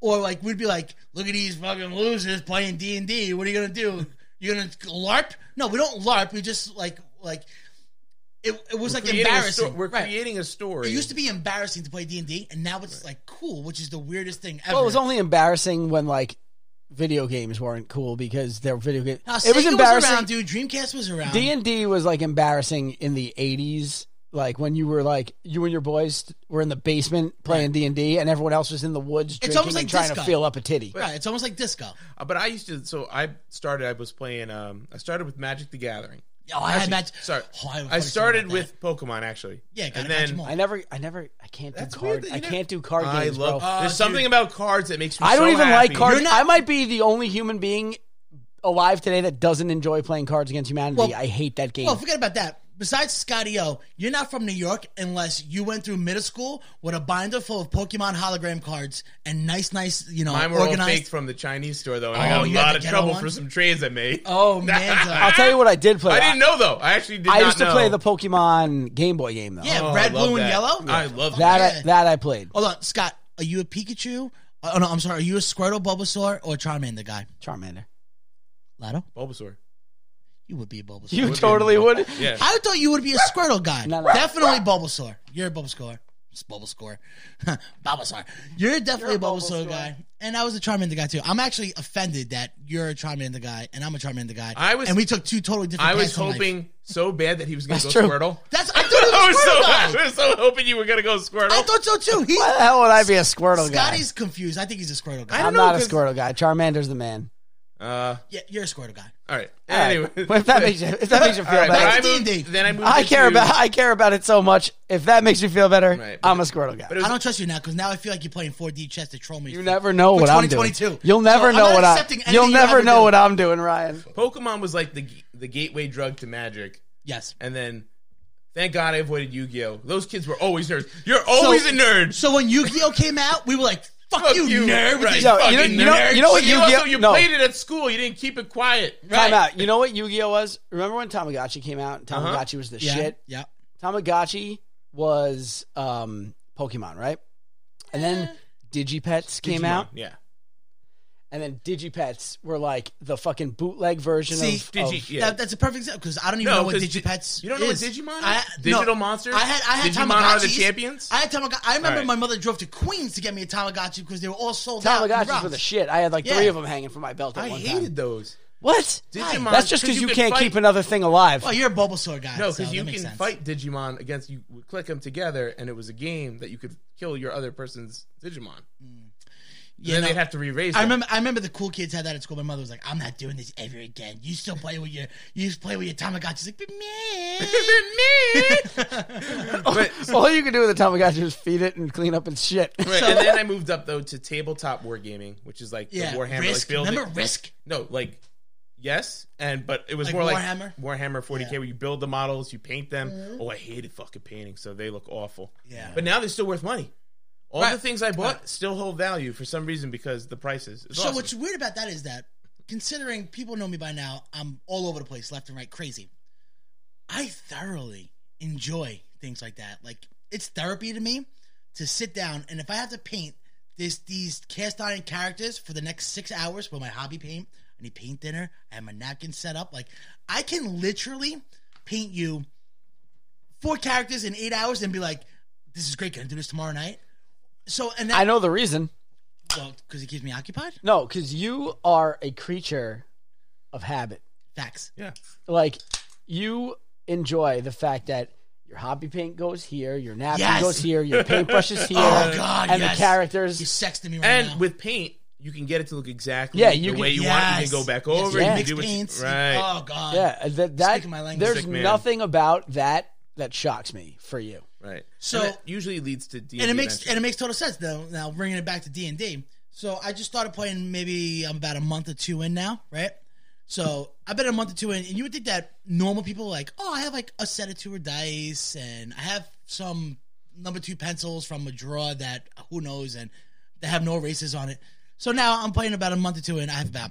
or like we'd be like, "Look at these fucking losers playing D and D. What are you gonna do? You're gonna LARP? No, we don't LARP. We just like like." It, it was like
Creating a
embarrassing.
sto- we're
right.
creating a story.
It used to be embarrassing to play D and D, and now it's like cool, which is the weirdest thing ever.
Well, it was only embarrassing when like video games weren't cool because they're video games.
Now,
it was embarrassing.
around, dude. Dreamcast was around.
D and D was like embarrassing in the eighties, like when you were like you and your boys were in the basement playing D and D, and everyone else was in the woods drinking
almost
and
like
trying to
disco.
fill up a titty.
right? It's almost like disco.
Uh, but I used to. So I started. I was playing. Um, I started with Magic the Gathering.
Oh, I had
Actually,
match.
Sorry,
Oh, have a funny
I
story
started
about that.
with Pokemon actually.
Yeah, gotta
and
catch
then
'em all.
I never, I never, I can't do
That's weird
card.
that you
I
never-
can't do card
I
games,
love.
bro.
there's
Oh,
something
dude.
about cards that makes me.
I don't
so
even
happy.
like cards.
You're not-
I might be the only human being alive today that doesn't enjoy playing Cards Against Humanity.
Well-
I hate that game.
Well, forget about that. Besides Scotty O, you're not from New York unless you went through middle school with a binder full of Pokemon hologram cards and nice, nice, you know,
Mine were all fake
organized.
from the Chinese store though, and I
Oh,
got a
you got
lot
the
of
ghetto
trouble
ones?
for some trades I made.
Oh man,
I'll tell you what I did play.
I didn't know though. I actually did.
I
not
used to
know.
play the Pokemon Game Boy game though.
yeah,
Oh, I
red,
love
blue, and
that.
yellow.
I love that.
That I, that I played.
Hold on, Scott. Are you a Pikachu? Oh no, I'm sorry. Are you a Squirtle, Bulbasaur, or Charmander guy?
Charmander.
Lotto,
Bulbasaur.
you would be a Bulbasaur.
You totally would.
Yeah.
I thought you would be a Squirtle guy.
No, no.
Definitely Bulbasaur. You're a Bulbasaur. It's Bulbasaur. Bulbasaur. You're definitely a Bulbasaur, guy. And I was a Charmander guy too. I'm actually offended that you're a Charmander guy and I'm a Charmander guy.
I was-
and we took two totally different.
I was
paths in life.
hoping so bad that he was going to go
That's true.
Squirtle.
That's I thought you
I
were a
was
Squirtle
so
guy.
I was so hoping you were going to go Squirtle.
I thought so too. He,
Why the hell would I be a Squirtle guy?
Scotty's confused. I think he's a Squirtle
I
guy.
don't
I'm
know,
not a
'cause-
Squirtle guy. Charmander's the man.
uh,
Yeah, you're a Squirtle guy.
all right.
All right.
Anyway,
Well, if that makes you, if that makes you feel
All right,
better,
but
Back to
I moved-
D&D.
Then I moved.
I care
into-
about I care about it so much. If that makes you feel better,
Right.
I'm a Squirtle guy.
But it was-
I don't trust you now because now I feel like you're playing 4D chess to troll me.
You never know
For
what I'm doing.
2022.
You'll never
So I'm
know
not
what I.
accepting anything
You'll
you
never
ever
know
do.
what I'm doing, Ryan.
Pokemon was like the the gateway drug to magic,
Yes.
and then thank God I avoided Yu Gi Oh. Those kids were always nerds. You're always a nerd.
So when Yu-Gi-Oh came out, we were like, "Fuck,
Fuck
you, nerd!" with
Right.
these
Yo,
fucking
you know- you know-
nerd.
you know what
You,
Yu-Gi-Oh-
also- you
no.
played it at school. You didn't keep it quiet.
Time
Right.
out. You know what Yu-Gi-Oh was? Remember when Tamagotchi came out? and Tamagotchi was the
Yeah,
shit.
Yeah.
Tamagotchi was
Eh.
um, Pokemon, right? And then Digipets came
Digimon,
out,
Yeah.
and then Digipets were like the fucking bootleg version
See,
of,
Digi-
of-
yeah.
That, that's a perfect example because I don't even know what
'cause
Digipets.
You don't know what
is.
Digimon?
I-
is?
no.
Digital monsters.
I had I had
Digimon
Tamagotchis.
are the champions.
I had Tamagotchi. I remember
Alright.
my mother drove to Queens to get me a Tamagotchi because they were all sold out. in
Tamagotchis
Rouse.
were the shit. I had like
Yeah.
three of them hanging from my belt at
I
one
hated
time.
those.
What?
Digimon.
That's just because you,
could
can't
fight-
keep another thing alive.
Oh, you're a Bulbasaur guy.
No,
so
because you
that makes
can
sense.
fight Digimon against you. would Click them together, and it was a game that you could kill your other person's Digimon.
Yeah,
then
no.
they'd have to re-raise.
I
them.
remember. I remember the cool kids had that at school. My mother was like, "I'm not doing this ever again. You still play with your, you play with your Tamagotchi." like, but me,
But,
All you could do with a Tamagotchi was feed it and clean up its shit.
right, and then I moved up though to tabletop wargaming, which is like
yeah,
the Warhammer like,
Risk.
building.
remember Risk?
No, like yes, and but it was
Like
more
Warhammer?
like Warhammer 40k,
Yeah. Mm-hmm.
where you build the models, you paint them. Oh, I hated fucking painting, so they look awful.
Yeah.
but now they're still worth money. All the
Right.
things I bought still hold value for some reason because the prices. It's
So
awesome.
what's weird about that is that, considering people know me by now, I'm all over the place, left and right, crazy. I thoroughly enjoy things like that. Like it's therapy to me to sit down and if I have to paint this these cast iron characters for the next six hours for my hobby paint, I need paint dinner, I have my napkin set up. Like I can literally paint you four characters in eight hours and be like, "This is great. Can I do this tomorrow night?" So and
I
that,
know the reason.
well, because it keeps me occupied.
No, because you are a creature of habit.
Facts.
yeah,
Like you enjoy the fact that your hobby paint goes here, your napkin
Yes.
goes here, your paintbrush is here,
Oh, God,
and
yes.
the characters.
You're sexting me right now.
and with paint. You can get it to look exactly
Yeah,
the
you can-
way you want. You
Yes.
can go back
Yes,
over.
you
You
yeah.
can
mix
do what you-
paints.
right.
Oh god.
yeah, that, that
Speaking my language.
there's
Sick man.
nothing about that that shocks me for you.
Right.
So-
And that usually leads to D.
And it makes and it makes total sense though. Now bringing it back to D and D. So I just started playing maybe I'm about a month or two in now, right? So I've been a month or two in, and you would think that normal people are like, oh, I have like a set of two or dice, and I have some number two pencils from a drawer that who knows, and they have no erases on it. So now I'm playing about a month or two in. I have about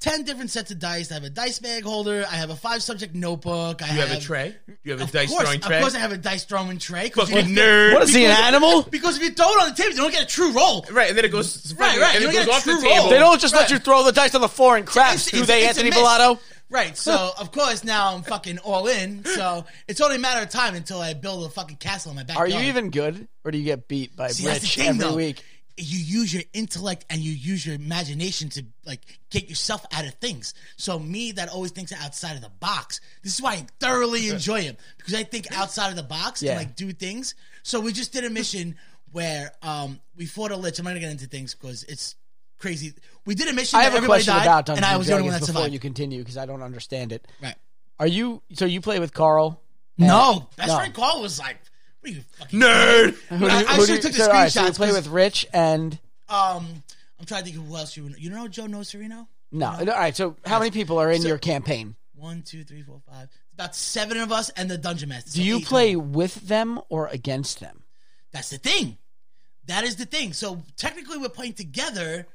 ten different sets of dice. I have a dice bag holder. I have a five subject notebook. I
you have a tray. You have a dice
course,
throwing tray.
Of course, I have a dice throwing tray. 'cause you don't
Fucking
get-
nerd.
What is he, an animal?
Because if you throw it on the table, you don't get a true roll.
Right, and then it goes
Right, right,
And
you
it
don't
goes
get a
off the
true roll.
table.
They don't just let
Right.
you throw the dice on the floor and crap,
It's-
do
it's-
they,
it's a
Anthony
miss.
Bellato?
Right. So of course now I'm fucking all in. So it's only a matter of time until I build a fucking castle in my
Are
backyard.
you even good, or do you get beat by
See, that's the
Rich
thing,
every
though.
week?
You use your intellect and you use your imagination to like get yourself out of things. So me that always thinks outside of the box. This is why I thoroughly enjoy him because I think outside of the box
Yeah.
and like do things. So we just did a mission where um we fought a lich. I'm not gonna get into things because it's crazy. We did a mission.
I
that
have a
everybody
question
died,
about Dungeons
and I
and
was the only
Dragons
one that
before
survived.
you continue because I don't understand it.
right.
Are you so you play with Carl?
No, best
No.
friend Carl was like, "What are you fucking?"
Nerd.
Who do
I-
you-
I
who do
should
you-
have took the
so, all right, so you
screenshots.
play
'cause,
with Rich and
um, I'm trying to think of who else you know. You know Joe Nocerino?
no. All right, so how many people are in your campaign?
One, two, three, four, five. It's about seven of us and the dungeon master. So
Do you
eight
play
total.
with them or against them?
That's the thing. That is the thing. So technically, we're playing together,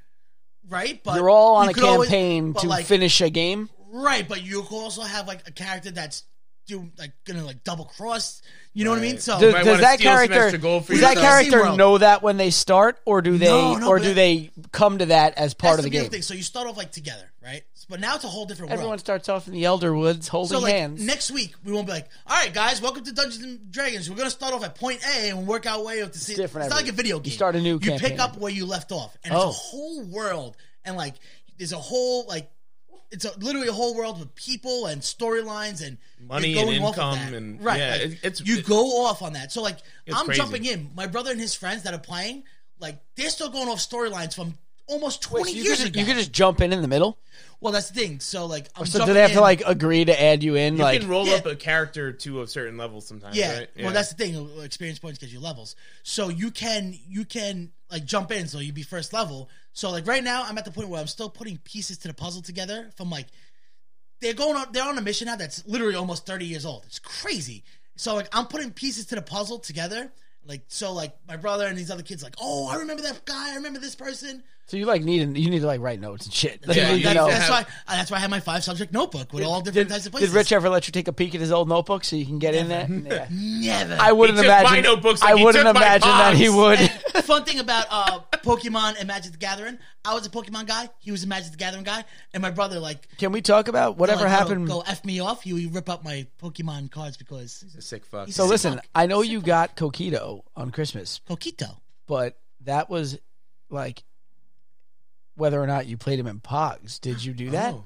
right? But
You're all on
you
a
could always-
campaign
but,
to
like,
finish a game.
right? But you could also have like a character that's do like gonna like double cross. You know what I mean?
Right.
So
Does,
might
does
wanna
that
steal some
character
extra gold for
does that
yourself.
character
SeaWorld.
know that when they start, or do they
No, no,
or
but
do
that-
they come to that as part
that's
of the
beautiful
game?
thing. So you start off like together, right? But now it's a whole different world.
Everyone starts off in the Elder Woods holding
So like
hands.
next week, we won't be like, all right, guys, welcome to Dungeons and Dragons. We're gonna start off at point A and work our way up to C. It's,
different
not
every-
like a video game.
start a new
You
campaign.
pick up where you left off, and
Oh.
it's a whole world. And like, there's a whole like, it's a, literally a whole world with people and storylines and
Money
you're
and
off of
income
that.
and-
right.
yeah,
like,
it- it's-
you
it-
go off on that. So like, I'm
crazy.
jumping in. My brother and his friends that are playing, like, they're still going off storylines from almost 20
So you, could
years
just,
ago.
you could just jump in in the middle.
well, that's the thing. So like, I'm
So do
jumping
they have to
in.
like agree to add you in?
You
like
can roll
Yeah.
up a character to a certain level sometimes.
Yeah.
Right?
Well, that's the thing. uh, Experience points gives you levels, so you can you can like jump in, so you'd be first level. So like right now, I'm at the point where I'm still putting pieces to the puzzle together from like they're going on they're on a mission now that's literally almost 30 years old. It's crazy. So like I'm putting pieces to the puzzle together. Like so, like my brother and these other kids, like, oh, I remember that guy. I remember this person.
so you like need you need to like write notes and shit. Like,
Yeah,
you
you
That-
need
know.
to
that's
have-
why. uh, That's why I have my five subject notebook with all different types of
Did
places.
Rich ever let you take a peek at his old notebook so you can get in there? Yeah.
never.
I wouldn't
took my
imagine.
notebooks
I
like he
wouldn't
took my
imagine that he
box.
would.
fun thing about uh, Pokemon and Magic the Gathering. I was a Pokemon guy. He was a Magic the Gathering guy. And my brother, like,
Can we talk about whatever
like, go-
happened?
Go, f me off. He would rip up my Pokemon cards because
He's a sick fuck.
So listen, I know you got Coquito on Christmas,
Coquito.
but that was like whether or not you played him in Pogs. Did you do that?
Oh.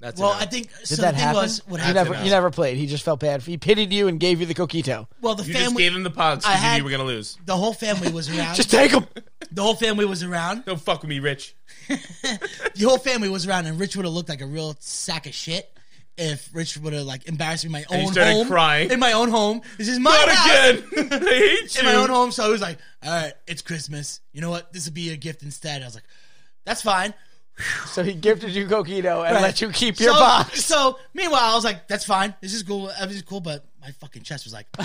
That's
well,
enough.
I think
Did
so.
that
the thing
happen?
was, what
you
That's
happened?
never,
enough.
you never played. He just felt bad. He pitied you and gave you the Coquito.
Well, the
you just
family,
gave him the pogs
I
because you knew
had-
you were gonna lose.
the whole family was around.
Just take him.
the whole family was around.
Don't fuck with me, Rich.
The whole family was around, and Rich would have looked like a real sack of shit if Rich would have like embarrassed me in my own
he started
home.
crying.
in my own home. This is my
Not
house.
again. I hate you.
in my own home. So I was like, all right, it's Christmas. You know what? This would be a gift instead. I was like, that's fine.
So he gifted you Coquito and
Right.
let you keep your
so,
box.
So meanwhile, I was like, that's fine. This is cool. Everything's cool. But my fucking chest was like,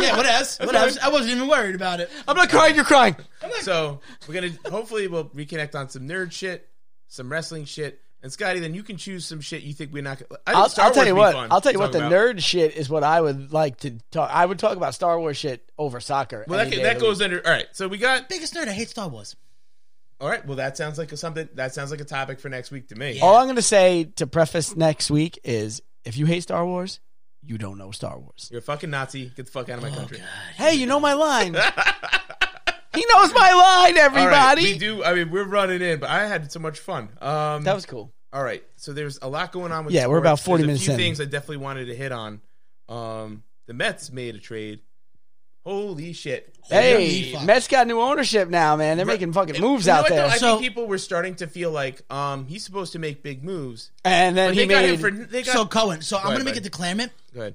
yeah, what else? What else? I wasn't even worried about it.
I'm not crying. You're crying.
So we're gonna hopefully we'll reconnect on some nerd shit, some wrestling shit, and Scotty, then you can choose some shit you think we're not. gonna... I think
I'll,
Star
I'll tell
Wars
you
would be
what.
fun
I'll tell you
to
what.
talk
The
about.
nerd shit is what I would like to talk. I would talk about Star Wars shit over soccer.
Well, that,
any day
that
of the
goes under. All right, so we got.
Biggest nerd. I hate Star Wars.
All right, well, that sounds like a, something. That sounds like a topic for next week to me.
All I'm going to say to preface next week is if you hate Star Wars, you don't know Star Wars.
You're a fucking Nazi. Get the fuck out of my
Oh,
country.
Hey, you know my line. he knows my line,
All right, we
everybody.
do. I mean, we're running in, but I had so much fun. Um,
that was cool.
all right. So there's a lot going on with.
Yeah, we're about
sports.
40
There's
minutes
A few
in.
things I definitely wanted to hit on. Um, the Mets made a trade. Holy shit!
Holy
Hey,
fuck.
Mets got new ownership now, man. They're
Right.
making fucking
And
moves
you know
out
what, though?
there.
I
So-
think people were starting to feel like um, he's supposed to make big moves.
and then
But
he
they got
made.
him for they got.
So Cohen. So I'm
ahead,
gonna make a
buddy.
declarement.
Go ahead.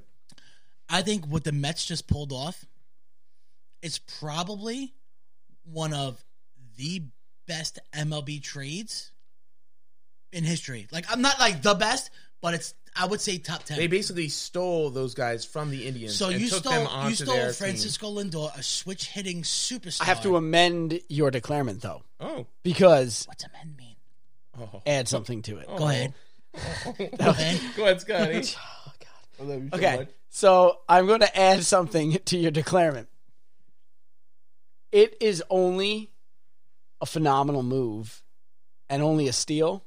I think what the Mets just pulled off is probably one of the best MLB trades in history. Like I'm not like the best, but it's I would say top ten.
They basically stole those guys from the Indians.
so
and
you
took
stole
them onto
you stole
their
Francisco Lindor, a switch hitting superstar.
I have to amend your declarement though,
Team. Oh,
because
What's amend mean?
oh.
add something to it.
Go ahead. Go ahead.
Go ahead, Scotty. I love you so
Okay,
much.
so I'm going to add something to your declarement. It is only a phenomenal move and only a steal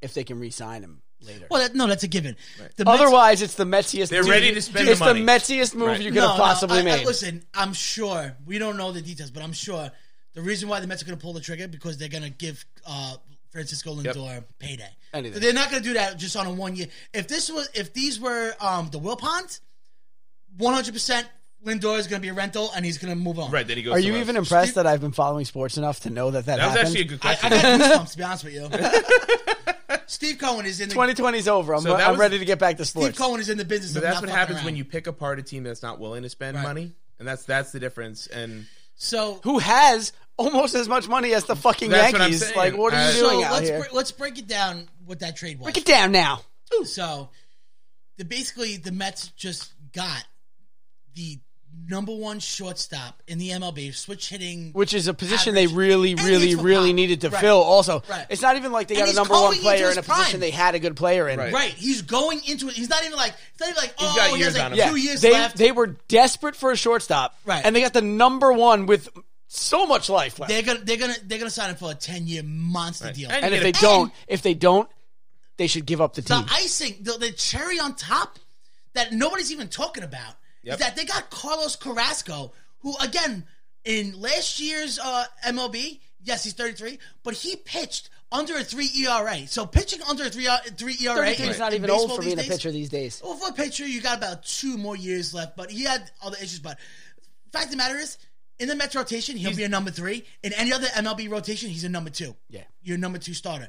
if they can re-sign him later.
Well, that, no, that's a given. The
Otherwise, it's the metsiest.
They're
dude,
ready to spend
It's
the
the,
money.
metsiest move
Right.
you could have possibly
I- I-
made.
listen, I'm sure we don't know the details, but I'm sure the reason why the Mets are going to pull the trigger because they're going to give uh, Francisco Lindor payday.
Anything.
So they're not going to do that just on a one year. If this was, if these were um, the Wilpons, 100 percent Lindor is going to be a rental and he's going to move on.
Right, then he goes.
Are
to
you
us.
even impressed that I've been following sports enough to know that that,
That was
happened?
actually a good
I, I
question.
got goosebumps to be honest with you. Steve Cohen is in the
2020 is over. I'm,
So that
I'm
was-
ready to get back to sports.
Steve Cohen is in the business.
So
of
that's
not
what
fucking
happens
around.
when you pick apart a team that's not willing to spend
Right.
money, and that's that's the difference. And
So
Who has almost as much money as the fucking
That's what I'm
Yankees?
saying.
Like, what are
Uh,
you
so
doing out
let's
here?
br- let's break it down what that trade was.
Break it down now.
So, the basically the Mets just got the number one shortstop in the MLB, switch hitting.
which is a position
Average.
they really,
And
really,
it's for
really
pop.
needed to
Right.
fill. Also,
Right.
it's not even like they
And
got a
he's
number one
going into
player
his
in a
prime.
position they had a good player in.
Right.
right, he's going into it. He's not even like it's not even like oh,
got
he
years
has like
on him.
two
Yeah,
years
they
left.
they were desperate for a shortstop,
Right.
And they got the number one with so much life left.
They, are gonna they're gonna they're gonna sign him for a ten year monster deal.
And-
and if they
And-
don't, if they don't, they should give up the
the
team.
icing, the, the cherry on top that nobody's even talking about
Yep.
is that they got Carlos Carrasco, who again in last year's uh, MLB, yes, he's 33, but he pitched under a three ERA. So pitching under a three, uh, three ERA,
Thirty three is
in-
not
in
even old
baseball
for
these
being a
days-
pitcher these days.
Well, for a pitcher, you got about two more years left, but he had other issues. But fact of the matter is, in the Mets rotation, he'll be a number three. In any other MLB rotation, he's a number two
Yeah.
your number two starter.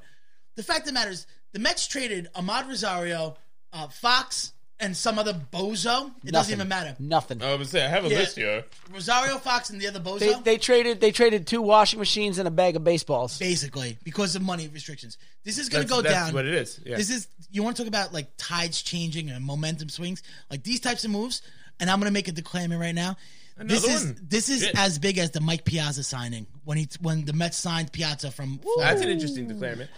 The fact of the matter is, the Mets traded Ahmad Rosario, uh, Fox, and some other bozo. It doesn't
Nothing.
even matter.
Nothing.
I was saying, I have a
Yeah.
list here.
Rosario, Fox, and the other bozo.
They, they traded they traded two washing machines and a bag of baseballs.
basically, because of money restrictions, this is going
That's,
to go
that's
down.
what it is. Yeah.
This is you want to talk about like tides changing and momentum swings, like these types of moves. And I'm going to make a declaiming right now. this
Another
is
one.
this is
Shit.
as big as the Mike Piazza signing when he when the Mets signed Piazza from.
that's an interesting declarement.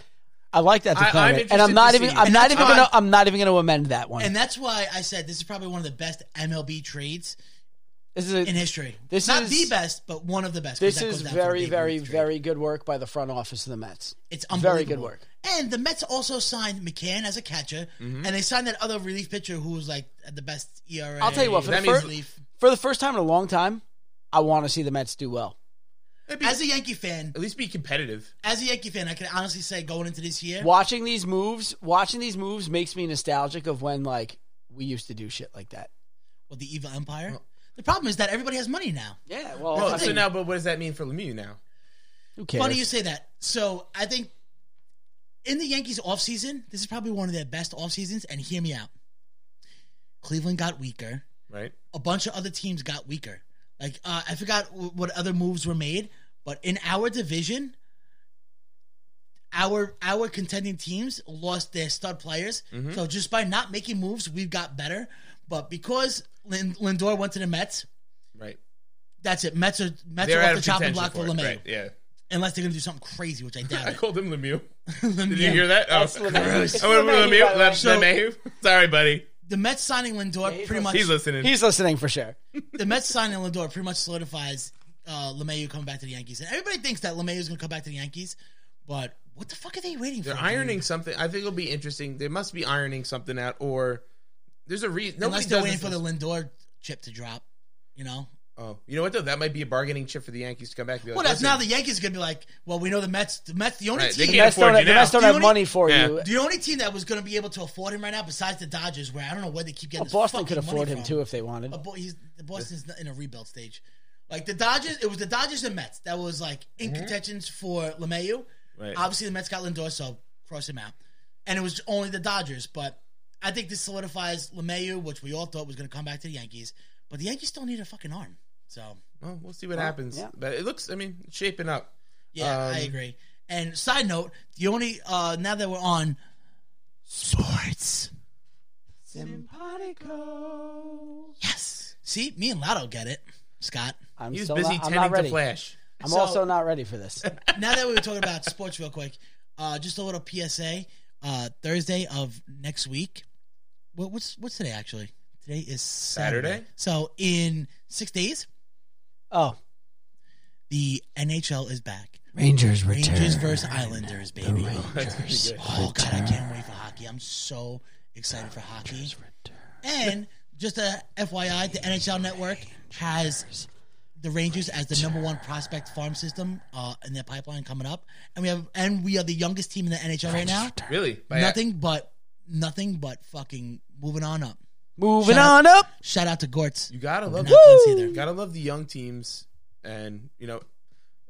I like that
I- I'm
declarement, and
interested
I'm not
to
even
see.
I'm
And
not
that's
even
why-
gonna I'm not even gonna amend that one.
And that's why I said this is probably one of the best MLB trades
This is a,
in history.
This
not
is-
the best, but one of the best. 'cause
this
that
is
goes out to the
very,
Babe
very,
Ruth trade.
very good work by the front office of the Mets.
It's unbelievable.
very good work.
And the Mets also signed McCann as a catcher,
Mm-hmm.
and they signed that other relief pitcher who was like at the best E ERA.
I'll tell you what, for
That
the
means-
first for the first time in a long time, I want to see the Mets do well.
That'd be-
as a Yankee fan,
at least be competitive.
as a Yankee fan, I can honestly say going into this year,
Watching these moves, watching these moves makes me nostalgic of when like we used to do shit like that.
well, the evil empire. The problem is that everybody has money now.
Yeah, well,
Oh,
I
so
mean,
now, but what does that mean for Lemieux now?
who cares?
Funny you say that. So I think in the Yankees offseason, this is probably one of their best off seasons. And hear me out. Cleveland got weaker.
Right?
A bunch of other teams got weaker. Like uh, I forgot w- what other moves were made, but in our division, our our contending teams lost their stud players.
Mm-hmm.
So just by not making moves, we've got better. But because Lin- Lindor went to the Mets,
Right.
that's it. Mets are Mets
They're
are
out
off the
of
chopping
contention
block for,
for it.
LeMay,
Right. Yeah.
unless they're going to do something crazy, which I doubt
I
it.
called him Lemieux.
Lem-
Did
yeah.
you hear that? Oh,
That's LeMahieu.
gross.
It's
I went with
LeMahieu, by
LeMahieu.
the
Lem-
way.
So-
LeMahieu. Sorry, buddy.
The Mets signing Lindor
he's
pretty much.
He's listening.
He's listening for sure.
The Mets signing Lindor pretty much solidifies uh, LeMayu coming back to the Yankees, and everybody thinks that LeMayu is going to come back to the Yankees. But what the fuck are they waiting
They're
for?
ironing something. I think it'll be interesting. They must be ironing something out, or there's a reason.
Unless they're waiting for the Lindor chip to drop, you know.
Oh, you know what though? That might be a bargaining chip for the Yankees to come back. and be like,
Well, that's
"Listen,
now the Yankees are going to be like, well, we know the Mets. The Mets, the only
Right, they
team,
The
can't
Mets don't,
afford you
have- the Mets
now.
don't have
The only-
money for
Yeah.
you.
the only team that was going to be able to afford him right now, besides the Dodgers, where I don't know where they keep getting.
Well,
this
Boston
fucking
could afford
money
him
from.
too if they wanted.
Uh, Bo- he's, the Boston's not in a rebuild stage. Like the Dodgers, it was the Dodgers and Mets that was like in contentions for LeMayu.
Mm-hmm. Right.
Obviously, the Mets got Lindor, so cross him out. And it was only the Dodgers, but I think this solidifies LeMayu, which we all thought was going to come back to the Yankees. But the Yankees still need a fucking arm. So
Well, we'll see what
Well,
happens.
yeah.
But it looks. I mean, it's shaping up.
yeah, I
Um,
agree. And side note, the only uh now that we're on sports, yes. See, me and Lotto get it, Scott.
I'm
He was
still
busy
not, I'm not
tending to
ready.
Flash.
I'm
So-
also not ready for this.
now that we were talking about sports real quick, uh, just a little PSA. Uh, Thursday of next week. What, what's what's today actually? Today is Saturday.
Saturday?
So in six days,
Oh,
the NHL is back.
Rangers
Rangers versus Islanders, baby.
That's pretty good.
Oh god, I can't wait for hockey. I'm so excited for hockey. And just a FYI, the NHL Network has the Rangers as the number one prospect farm system uh, in their pipeline coming up, and we have and we are the youngest team in the NHL right now.
Really? By-
Nothing but nothing but fucking moving on up.
Moving
Shout
on up.
Shout out to Gortz.
You gotta love.
Not Woo!
You
considered.
gotta love the young teams, and you know,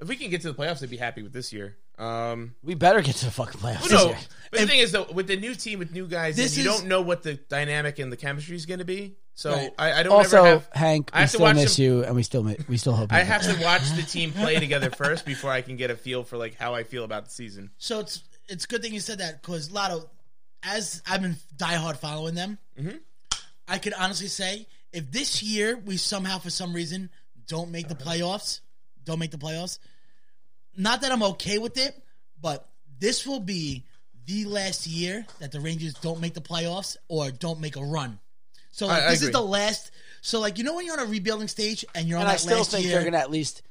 if we can get to the playoffs, I'd be happy with this year. Um,
We better get to the fucking playoffs.
Well,
this
no,
year.
but the thing is, though, with the new team with new guys,
This
you
is-
don't know what the dynamic and the chemistry is going to be. So
Right.
I, I don't
Also,
ever have.
Hank,
I
we
have to
still
watch
miss
him-
you, and we still mi- we still hope. You
I have to watch the team play together first before I can get a feel for like how I feel about the season.
So it's it's good thing you said that because Lotto, as I've been diehard following them,
Mm-hmm.
I can honestly say if this year we somehow for some reason don't make the playoffs, don't make the playoffs. Not that I'm okay with it, but this will be the last year that the Rangers don't make the playoffs or don't make a run. So like,
I- I
this is
agree.
the last. So like you know when you're on a rebuilding stage and you're on
and
that
I still
last
think
year,
they're going to at least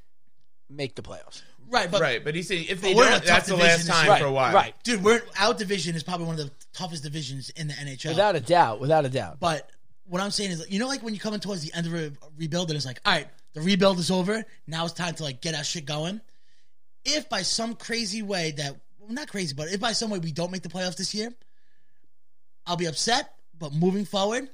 make the playoffs.
right? But
right, but he said if they
But we're in a
don't,
tough
that's the last
division this
time
year.
for a while.
Right,
dude, we're our division is probably one of the toughest divisions in the NHL.
without a doubt, without a doubt.
But what I'm saying is, you know, like when you come in towards the end of a rebuild, and it's like, all right, the rebuild is over. Now it's time to like get our shit going. If by some crazy way that, well, not crazy, but if by some way we don't make the playoffs this year, I'll be upset. But moving forward,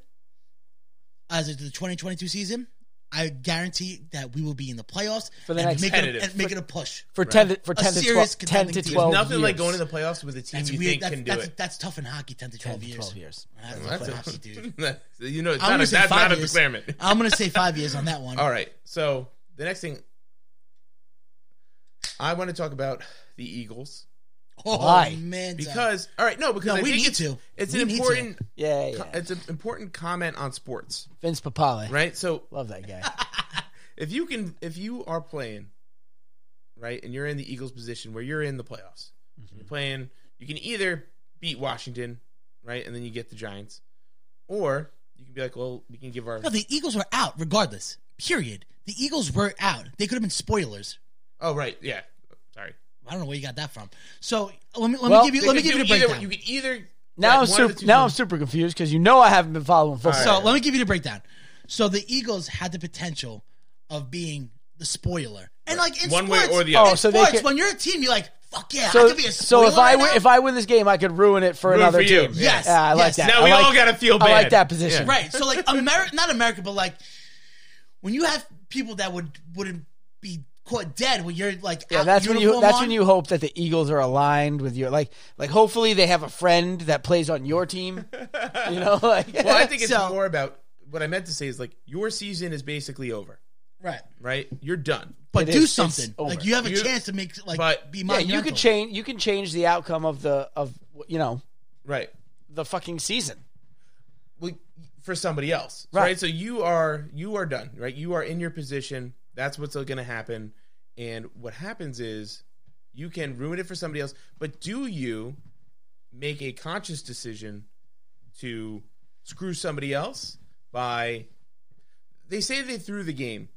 as of the 2022 season, I guarantee that we will be in the playoffs
For the
and
next-
make it a,
Competitive.
and make it a push.
for ten for ten to
serious
twelve, ten to
contending team.
twelve.
Nothing
years.
like going to the playoffs with a team
That's
you
weird.
think
That's,
can do
that's,
it.
that's tough in hockey. 10 to 12
ten to
years.
twelve years.
That's tough in
That's
hockey,
a-
dude.
you know, it's
I'm
not
gonna
a,
say
that's
five
not a
years.
requirement.
I'm gonna say five years on that one.
All right, so the next thing I want to talk about the Eagles
Oh
Why?
man,
because all right, no, because
No,
I
we
think
need
it's,
to.
It's
We
an
need to.
important.
Yeah, yeah.
It's an important comment on sports,
Vince Papale,
right? So
love that guy.
if you can if you are playing right and you're in the eagles position where you're in the playoffs
Mm-hmm.
you're playing you can either beat washington right and then you get the giants or you can be like well we can give our
no, the Eagles were out regardless. Period. The Eagles were out. They could have been spoilers.
Oh right, yeah. Sorry.
I don't know where you got that from. So let me let
Well,
me give you let me
You
give you
could
the
do either-
breakdown.
You could either
Now
yeah,
I'm
one of
super,
the two
now I'm
things.
super confused because you know I haven't been following football.
So let me give you the breakdown. So the Eagles had the potential of being the spoiler, and like in
One way
sports,
or the
in
other. Oh,
so they
sports,
could-
when you're a team, you're like, "Fuck yeah, I
So,
could be a
so
spoiler."
if I
right
win,
now."
if I win this game, I could ruin it for
Ruin
another
for you.
team.
Yeah.
yes,
Yeah, I
yes.
like that.
Now
I
we
like-
all gotta feel bad.
I like that position.
right? So like America, not America, but like when you have people that would wouldn't be caught dead when you're like,
Yeah,
out
that's when you
uniform
that's
on.
when you hope that the Eagles are aligned with you. Like like hopefully they have a friend that plays on your team. You know, like
Well, I think it's
So-
more about what I meant to say is like your season is basically over,
right,
right? You're done.
but
It
do
is. It's
something.
over.
Like you have a
You-
chance to make like
but-
be
yeah,
monumental.
you could change you can change the outcome of the of you know
Right.
the fucking season.
Well, for somebody else,
Right.
right. So you are you are done, right? You are in your position. That's what's going to happen. And what happens is you can ruin it for somebody else, but do you make a conscious decision to screw somebody else by they say they threw the game,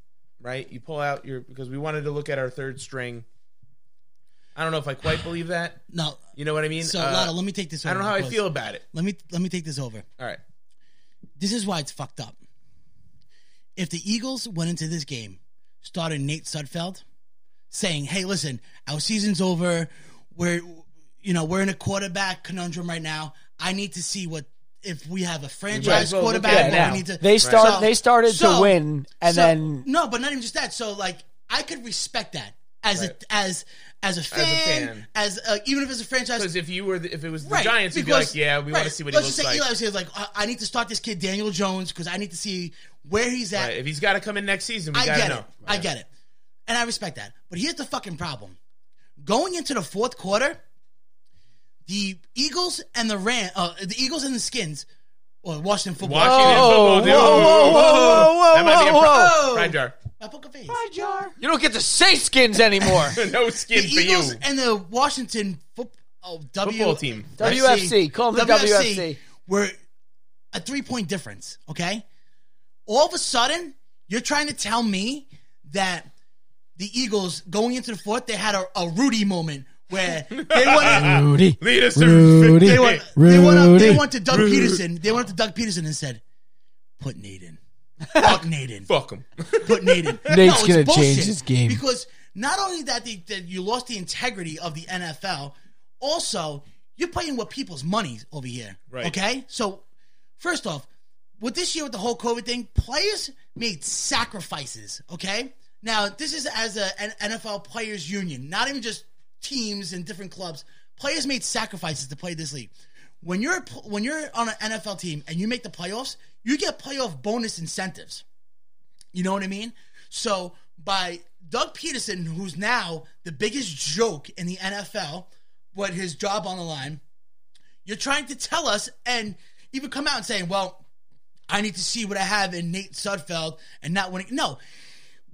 right? You pull out your because we wanted to look at our third string. I don't know if I quite believe that.
No,
You know what I mean?
so
Uh,
Lotto, let me take this.
I
Over
don't know how I
because-
feel about it.
Let me let me take this over.
All right.
this is why it's fucked up. If the Eagles went into this game, starting Nate Sudfeld, saying, "Hey, listen, our season's over. We're, you know, we're in a quarterback conundrum right now. I need to see what if we have a franchise
as well look
quarterback.
at it
what we
now.
need to-
They start
So-
they started to
so-
win and
so-
then
no, but not even just that. So like, I could respect that as
Right.
a as as a fan,
fan.
as, uh, even if it's a franchise
Because if you were, the, if it was the Giants, you'd be like, yeah, we want to
right.
see what
Let's
he looks
just say
like.
Eli was here, like, I, I need to start this kid Daniel Jones because I need to see where he's at.
Right, If he's got to come in next season, we
I
got
get
to know.
it. I get it, and I respect that. But here's the fucking problem: going into the fourth quarter, the Eagles and the Ram, uh, the Eagles and the Skins, or Washington football.
Washington
Whoa,
football, dude.
whoa, whoa, whoa, whoa,
that might be a
whoa,
pro-
whoa.
pride jar.
My poker face.
you don't get to say skins anymore.
No
The
skin for you.
Eagles and the Washington football oh, w,
Football team.
WFC. Call them WFC.
We're a three point difference, okay? All of a sudden, you're trying to tell me that the Eagles going into the fourth, they had a, a Rudy moment where they went,
Rudy.
Lead us to
Rudy.
they
victory.
went, they went, up, they
Rudy.
went to Doug Peterson. They went up to Doug Peterson and said, "Put Nate in. Fuck Nate in.
Fuck him.
Put Nate in.
Nate's
it's
gonna change
bullshit.
this game.
because not only that, they, that you lost the integrity of the NFL, also you're playing with people's money over here.
Right.
Okay. So first off, with this year with the whole COVID thing, players made sacrifices. Okay. Now this is as a, an NFL players union, not even just teams and different clubs. Players made sacrifices to play this league. When you're a pl- when you're on an NFL team and you make the playoffs, you get playoff bonus incentives. You know what I mean? So by Doug Peterson, who's now the biggest joke in the NFL, with his job on the line, you're trying to tell us and even come out and saying, "Well, I need to see what I have in Nate Sudfeld and not winning." No.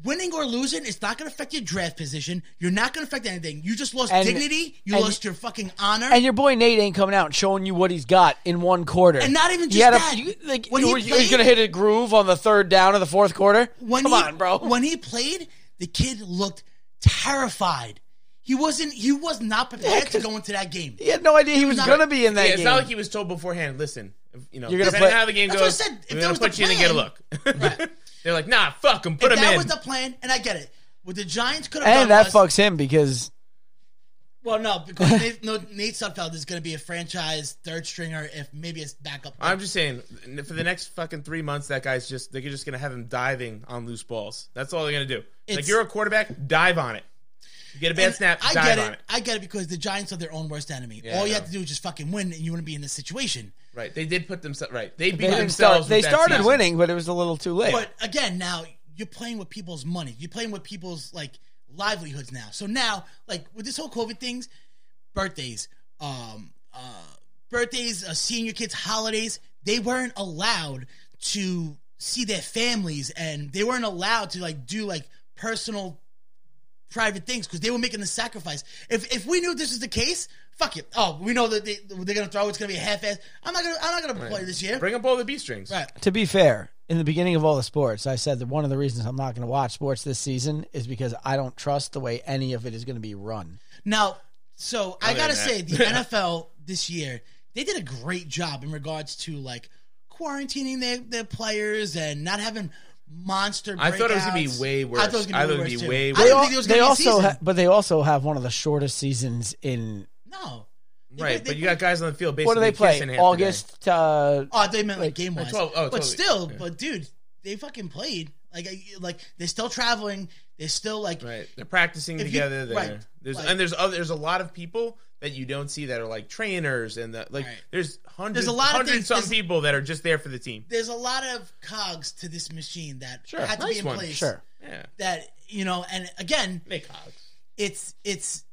Winning or losing, it's not going to affect your draft position. You're not going to affect anything. You just lost
And-
dignity. You
and-
lost your fucking honor.
And your boy Nate ain't coming out and showing you what he's got in one quarter.
And not even
He had
just that.
you- like,
When
you
he
were- you
played-
was going to hit a groove on the third down of the fourth quarter.
when
Come
he,
on, bro.
When he played, the kid looked terrified. He wasn't. He was not prepared to go into that game.
he had no idea he was
not-
going to be in that
Yeah, it's
game.
not like he was told beforehand. Listen, if, you know,
You're gonna
depending
play-
on how the game
That's
goes,
what I said. If
we're
that
gonna
was
put
the
you in and get a
plan-
look. They're like, nah, fuck him, put
If
him
that
in.
was the plan, and I get it. What the Giants could have done
and
was-
that fucks him because
Well, no, because Nate, no, Nate Sudfeld is going to be a franchise third stringer, if maybe it's backup.
I'm just saying, for the next fucking three months, that guy's just they're just gonna have him diving on loose balls. That's all they're gonna do.
It's-
like you're a quarterback, dive on it. You get a bad
And
snap,
I
dive
get
on
it.
it.
I get it because the Giants are their own worst enemy.
Yeah,
All
I
you
know.
have to do is just fucking win, and you wouldn't be in this situation.
Right. They did put themselves right. They beat
they, didn't start-
themselves.
they
with that
started
season.
winning, but it was a little too late.
But again, now you're playing with people's money. You're playing with people's like livelihoods now. So now, like with this whole COVID things, birthdays, um, uh, birthdays, uh, senior kids, holidays, they weren't allowed to see their families, and they weren't allowed to like do like personal, private things because they were making the sacrifice. If if we knew this was the case. Fuck it. Oh, we know that they, they're gonna throw. It's gonna be half-ass. I'm not gonna. I'm not gonna play this year.
Bring up all the B strings.
Right.
to be fair, in the beginning of all the sports, I said that one of the reasons I'm not going to watch sports this season is because I don't trust the way any of it is going to be run.
Now, so I
Other
gotta
than
say,
that.
the NFL this year they did a great job in regards to like quarantining their, their players and not having monster.
I thought it was gonna be
breakouts.
way
I thought it was
worse.
gonna be,
I thought it'd
worse
be
too.
way
I
worse.
didn't
They al-
think it was
they
gonna be a
also,
season.
ha- but they also have one of the shortest seasons in.
no. They
Right,
put- they
but you got guys on the field basically
What do they play?
kissing half the day.
August. Uh,
Oh, they meant like game wise.
12 oh,
but
12
still,
yeah.
but dude, they fucking played. Like, I- like they're still traveling. They're still like,
Right. They're practicing
If you-
together. there.
right,
There's
like-
and there's other there's a lot of people that you don't see that are like trainers and the like
Right.
there's hundreds
There's a lot of
hundred
things-
some
there's-
people that are just there for the team.
there's a lot of cogs to this machine that
Sure,
had to
nice
be in
one,
place.
sure.
Yeah.
That you know, and again,
Nick Hogs.
it's it's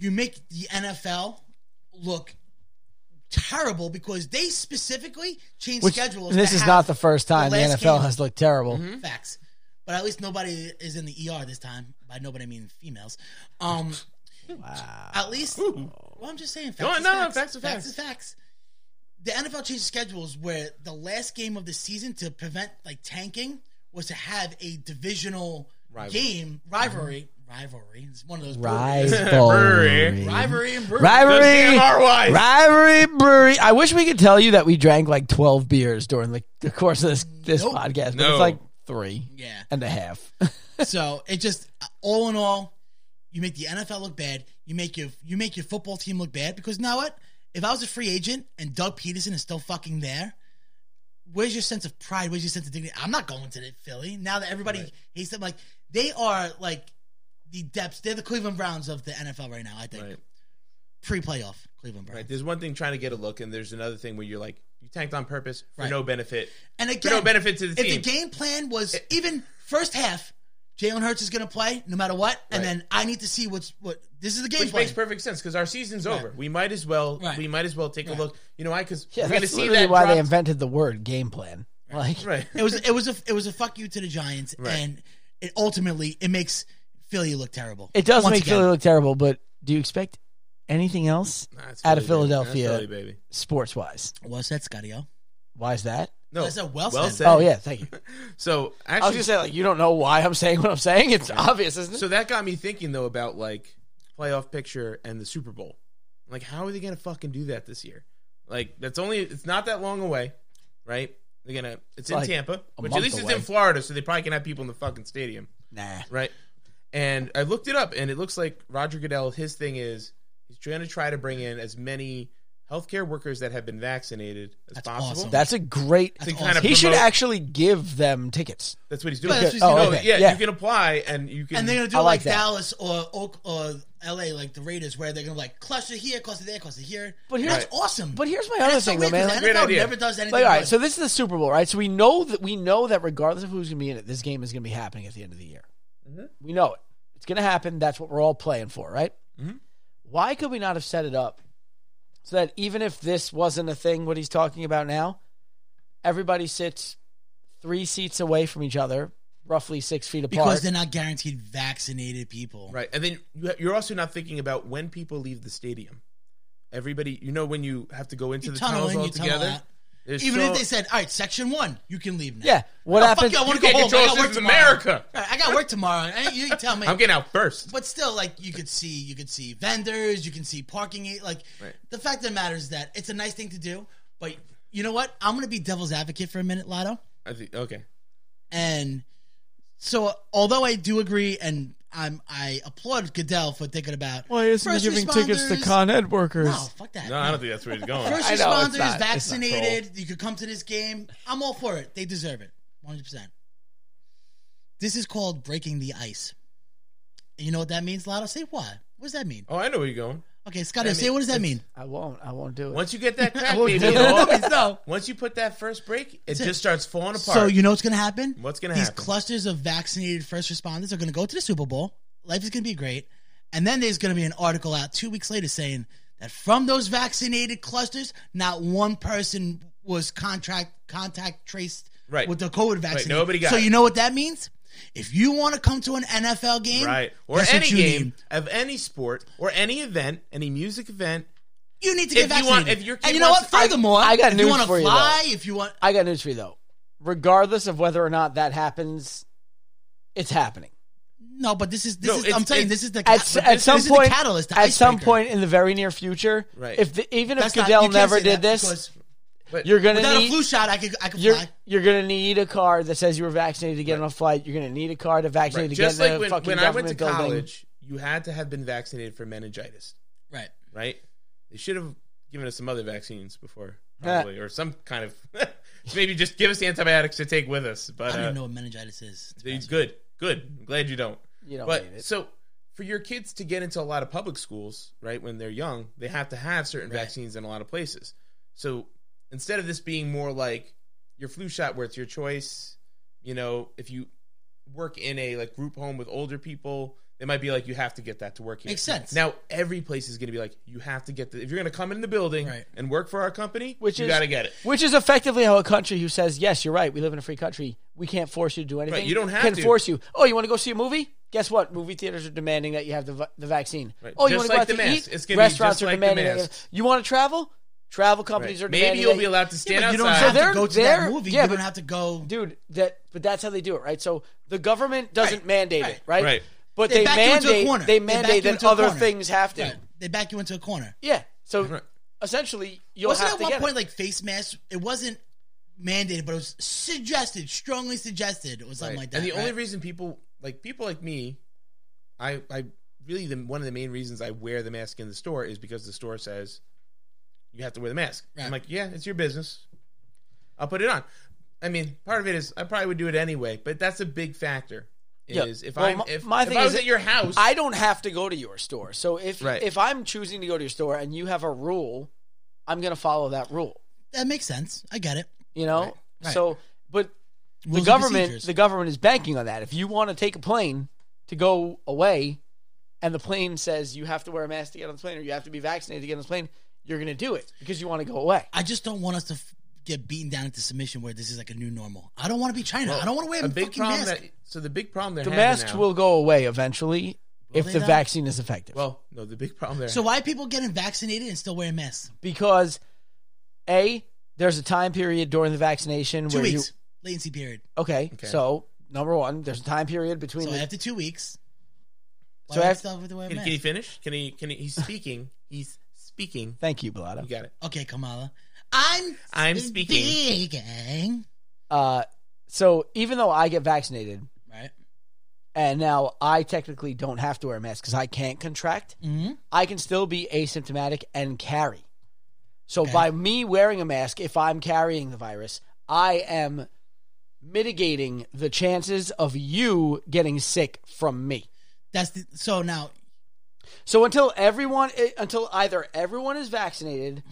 you make the NFL look terrible because they specifically changed
Which,
schedules.
and this
to
is
have
not the first time the,
last
NFL
game. Mm-hmm.
has looked terrible.
facts, but at least nobody is in the ER this time. By nobody, I mean females. Um, At least, well, I'm just saying. Facts
No,
is
no,
facts.
facts are facts.
is facts. The NFL changed schedules where the last game of the season to prevent like tanking was to have a divisional
Rivalry.
game rivalry. Rivalry. It's one of those breweries.
Rivalry.
rivalry and brewery.
Rivalry.
R-Y.
Rivalry Brewery. I wish we could tell you that we drank like 12 beers during the, the course of this, this
Nope.
podcast, but
No.
it's like three
Yeah.
and a half.
So it just all in all, you make the NFL look bad. You make your you make your football team look bad because now what? If I was a free agent and Doug Peterson is still fucking there, where's your sense of pride? Where's your sense of dignity? I'm not going to the Philly now that everybody hates them. Like they are like the depths. They're the Cleveland Browns of the NFL right now. I think
Right.
pre-playoff Cleveland Browns.
Right. There's one thing trying to get a look and there's another thing where you're like you tanked on purpose for
Right.
no benefit.
And
For
again,
no benefit to the
if
team.
the game plan was even first half, Jalen Hurts is going to play no matter what, and
Right.
then I need to see what's what. This is the game
which
plan.
makes perfect sense because our season's over. We might as well.
Right.
We might as well take
Right.
a look. You know why? Because
Yeah,
we're going to
that's
see
literally
that.
why they
dropped-
invented the word game plan. Like,
right.
it was it was a it was a fuck you to the Giants,
Right.
and it ultimately it makes Philly look terrible.
it does
Once
make
again.
Philly look terrible, but do you expect anything else
Nah, it's
Out of
Philly, baby. That's
Philadelphia.
Philly, baby.
sports wise?
Well said, Scotty. O.
Why is that?
No,
I said well said.
Uh,
Oh, yeah, thank you.
So
I was
actually,
gonna say like you don't know why I'm saying what I'm saying. It's obvious, isn't it?
so that got me thinking though about like playoff picture and the Super Bowl. Like, how are they going to fucking do that this year? Like, that's only it's not that long away, right? They're gonna. It's in
like
Tampa,
a
which at
month
least it's
away.
in Florida, so they probably can have people in the fucking stadium.
nah.
right? And I looked it up, and it looks like Roger Goodell. His thing is he's trying to try to bring in as many healthcare workers that have been vaccinated as
That's
possible.
awesome.
That's a great.
To
awesome.
kind of
he should
promote-
actually give them tickets.
That's what he's doing.
But that's what he's
Oh,
doing.
okay.
yeah,
yeah.
you can apply, and you can.
And they're gonna do
I
it like,
like that.
Dallas or Oak or L.A. like the Raiders, where they're gonna like cluster here, cluster there, cluster here.
But here's-
that's awesome.
But here's my
And
other
it's so
thing, though,
weird 'cause
man.
the
Like,
Great
NFL
idea.
never does anything.
like, all right,
good.
so this is the Super Bowl, right? So we know that we know that regardless of who's gonna be in it, this game is gonna be happening at the end of the year. We know it. It's gonna happen. That's what we're all playing for, right? Why could we not have set it up so that even if this wasn't a thing, what he's talking about now, everybody sits three seats away from each other, roughly six feet apart.
because they're not guaranteed vaccinated people.
right, and then you ha- you're also not thinking about when people leave the stadium. Everybody, you know, when you have to go into
You
the
tunnel
tunnels
in,
all
you tunnel
together.
out.
there's
Even
so-
if they said, "All right, section one, you can leave now."
yeah. What
Oh,
happens?
Fuck you, I want
You
to
can't
go home.
control
I got work
this in
tomorrow.
America.
All right, I got work tomorrow. Hey, You can tell me.
I'm getting out first.
But still, like you could see, you could see vendors, you can see parking. Like
Right.
the fact of the matter is that it's a nice thing to do. But you know what? I'm gonna be devil's advocate for a minute, Lotto.
I think, okay,
And so, although I do agree, and I'm I applaud Goodell for thinking about first responders-
Ed workers?
No, fuck that.
no, I don't think that's where he's going.
First
I know, it's
responders,
not- it's not
vaccinated. You could come to this game. I'm all for it. They deserve it. 100%. This is called breaking the ice. And you know what that means, Lotto? Say what? What does that mean?
oh, I know where you're going.
Okay, Scotty,
I
say
mean,
what does that mean?
I won't. I won't do it.
Once you get that
I
crack,
won't
baby,
do
it all-
it. No.
once you put that first break, it
it.
just starts falling apart.
So you know what's going to happen?
What's gonna
These
happen?
clusters of vaccinated first responders are going to go to the Super Bowl. Life is going to be great. And then there's going to be an article out two weeks later saying that from those vaccinated clusters, not one person was contract contact traced
Right.
with the COVID vaccine.
nobody got
so
it.
you know what that means? If you want to come to an NFL game,
Right. Or
that's
any
what you
game
need.
of any sport or any event, any music event.
you need to
If
get
you
vaccinated.
want- if your kid
and you know what?
wants to- I-
Furthermore,
I got
if
news
you want to
for you,
fly, if you want,
I got news for you though. regardless of whether or not that happens, it's happening.
No, but this is this
No,
is.
it's-
I'm saying
it's-
this is the
At,
this,
s- at
this
some
is
point,
the catalyst. the
at some
icebreaker.
point in the very near future,
Right.
if the, even
That's
if
not-
Goodell
you can't
never
say that
did this,
because
But
you're gonna
Without a
need
flu shot, I could I could
you're
fly.
you're gonna need a card that says you were vaccinated to get on a flight. You're gonna need a card to vaccinate
right,
to
just
get in
like
a
when,
fucking
when I
government
went to
building.
college, you had to have been vaccinated for meningitis,
Right.
right? They should have given us some other vaccines before,
Uh,
probably, or some kind of maybe just give us antibiotics to take with us. But
I don't
uh,
even know what meningitis is.
they- good, good. I'm glad you don't.
You don't
but
need it.
so for your kids to get into a lot of public schools, right, when they're young, they have to have certain vaccines in a lot of places. So instead of this being more like your flu shot where it's your choice, you know, if you work in a like group home with older people, they might be like you have to get that to work here.
Makes sense.
Now every place is going to be like you have to get the if you're going to come in the building
Right.
and work for our company,
Which
you
is-
got to get it.
Which is effectively how a country who says, "Yes, you're right. We live in a free country. We can't force you to do anything.
you don't have
can
to.
force you. Oh, you want to go see a movie? Guess what? Movie theaters are demanding that you have the, va- the vaccine.
Right.
Oh, you
Just
want to go
like
out
the
to
mask.
eat?
It's gonna be
Restaurants
just
are
like the
demanding.
mask.
that. You want to travel? Travel companies
Right.
are demanding.
Maybe you'll
that-
be allowed to stand
but you don't
outside.
have
they're-
to go to that
they're-
movie.
yeah,
you
but-
don't have to go.
dude. That but that's how they do it, right? So the government doesn't mandate it, right?
Right.
But
They
they,
back you into a
mandate.
corner.
They
They back
mandate
you
that
into a
other
corner.
things have to.
Right. They back you into a corner.
Yeah. So
Right.
essentially, you'll
Wasn't
have
at
to
one
get
point
it.
like face masks? It wasn't mandated, but it was suggested, strongly suggested, or something
Right.
like that.
And the
right?
only reason people like people like me, I I really the one of the main reasons I wear the mask in the store is because the store says you have to wear the mask.
Right.
I'm like, yeah, it's your business. I'll put it on. I mean, part of it is I probably would do it anyway, but that's a big factor.
Yeah.
Is if
Well,
I'm
my-
if,
my
if
thing
I
is
was
that
at your house,
I don't have to go to your store. So if
Right.
if I'm choosing to go to your store and you have a rule, I'm going to follow that rule.
that makes sense. I get it.
You know.
Right.
So, but the
Rules and
government
procedures.
the government is banking on that. If you want to take a plane to go away, and the plane says you have to wear a mask to get on the plane or you have to be vaccinated to get on the plane, you're going to do it because you want to go away.
I just don't want us to f- get beaten down into submission where this is like a new normal. I don't want to be China. I don't want to wear a,
a big
fucking
problem
mask.
that so the big problem they're
The
having
masks
now-
will go away eventually if
they
the
not?
vaccine is effective.
well no the big problem there
so why are people getting vaccinated and still wearing masks?
because a there's a time period during the vaccination
Two
where you
weeks latency period.
okay,
Okay.
so number one there's a time period between
So
the,
after two weeks, why
So
do I
after-
still have to wear a
can,
mask?
can he finish? Can he can he, he's speaking? He's speaking.
thank you
You
Balada.
got it.
Okay, Kamala. I'm
I'm speaking.
speaking.
Uh, so even though I get vaccinated
Right.
and now I technically don't have to wear a mask because I can't contract,
Mm-hmm.
I can still be asymptomatic and carry. So by me wearing a mask, if I'm carrying the virus, I am mitigating the chances of you getting sick from me.
That's the, so now
So until everyone, i- until either everyone is vaccinated,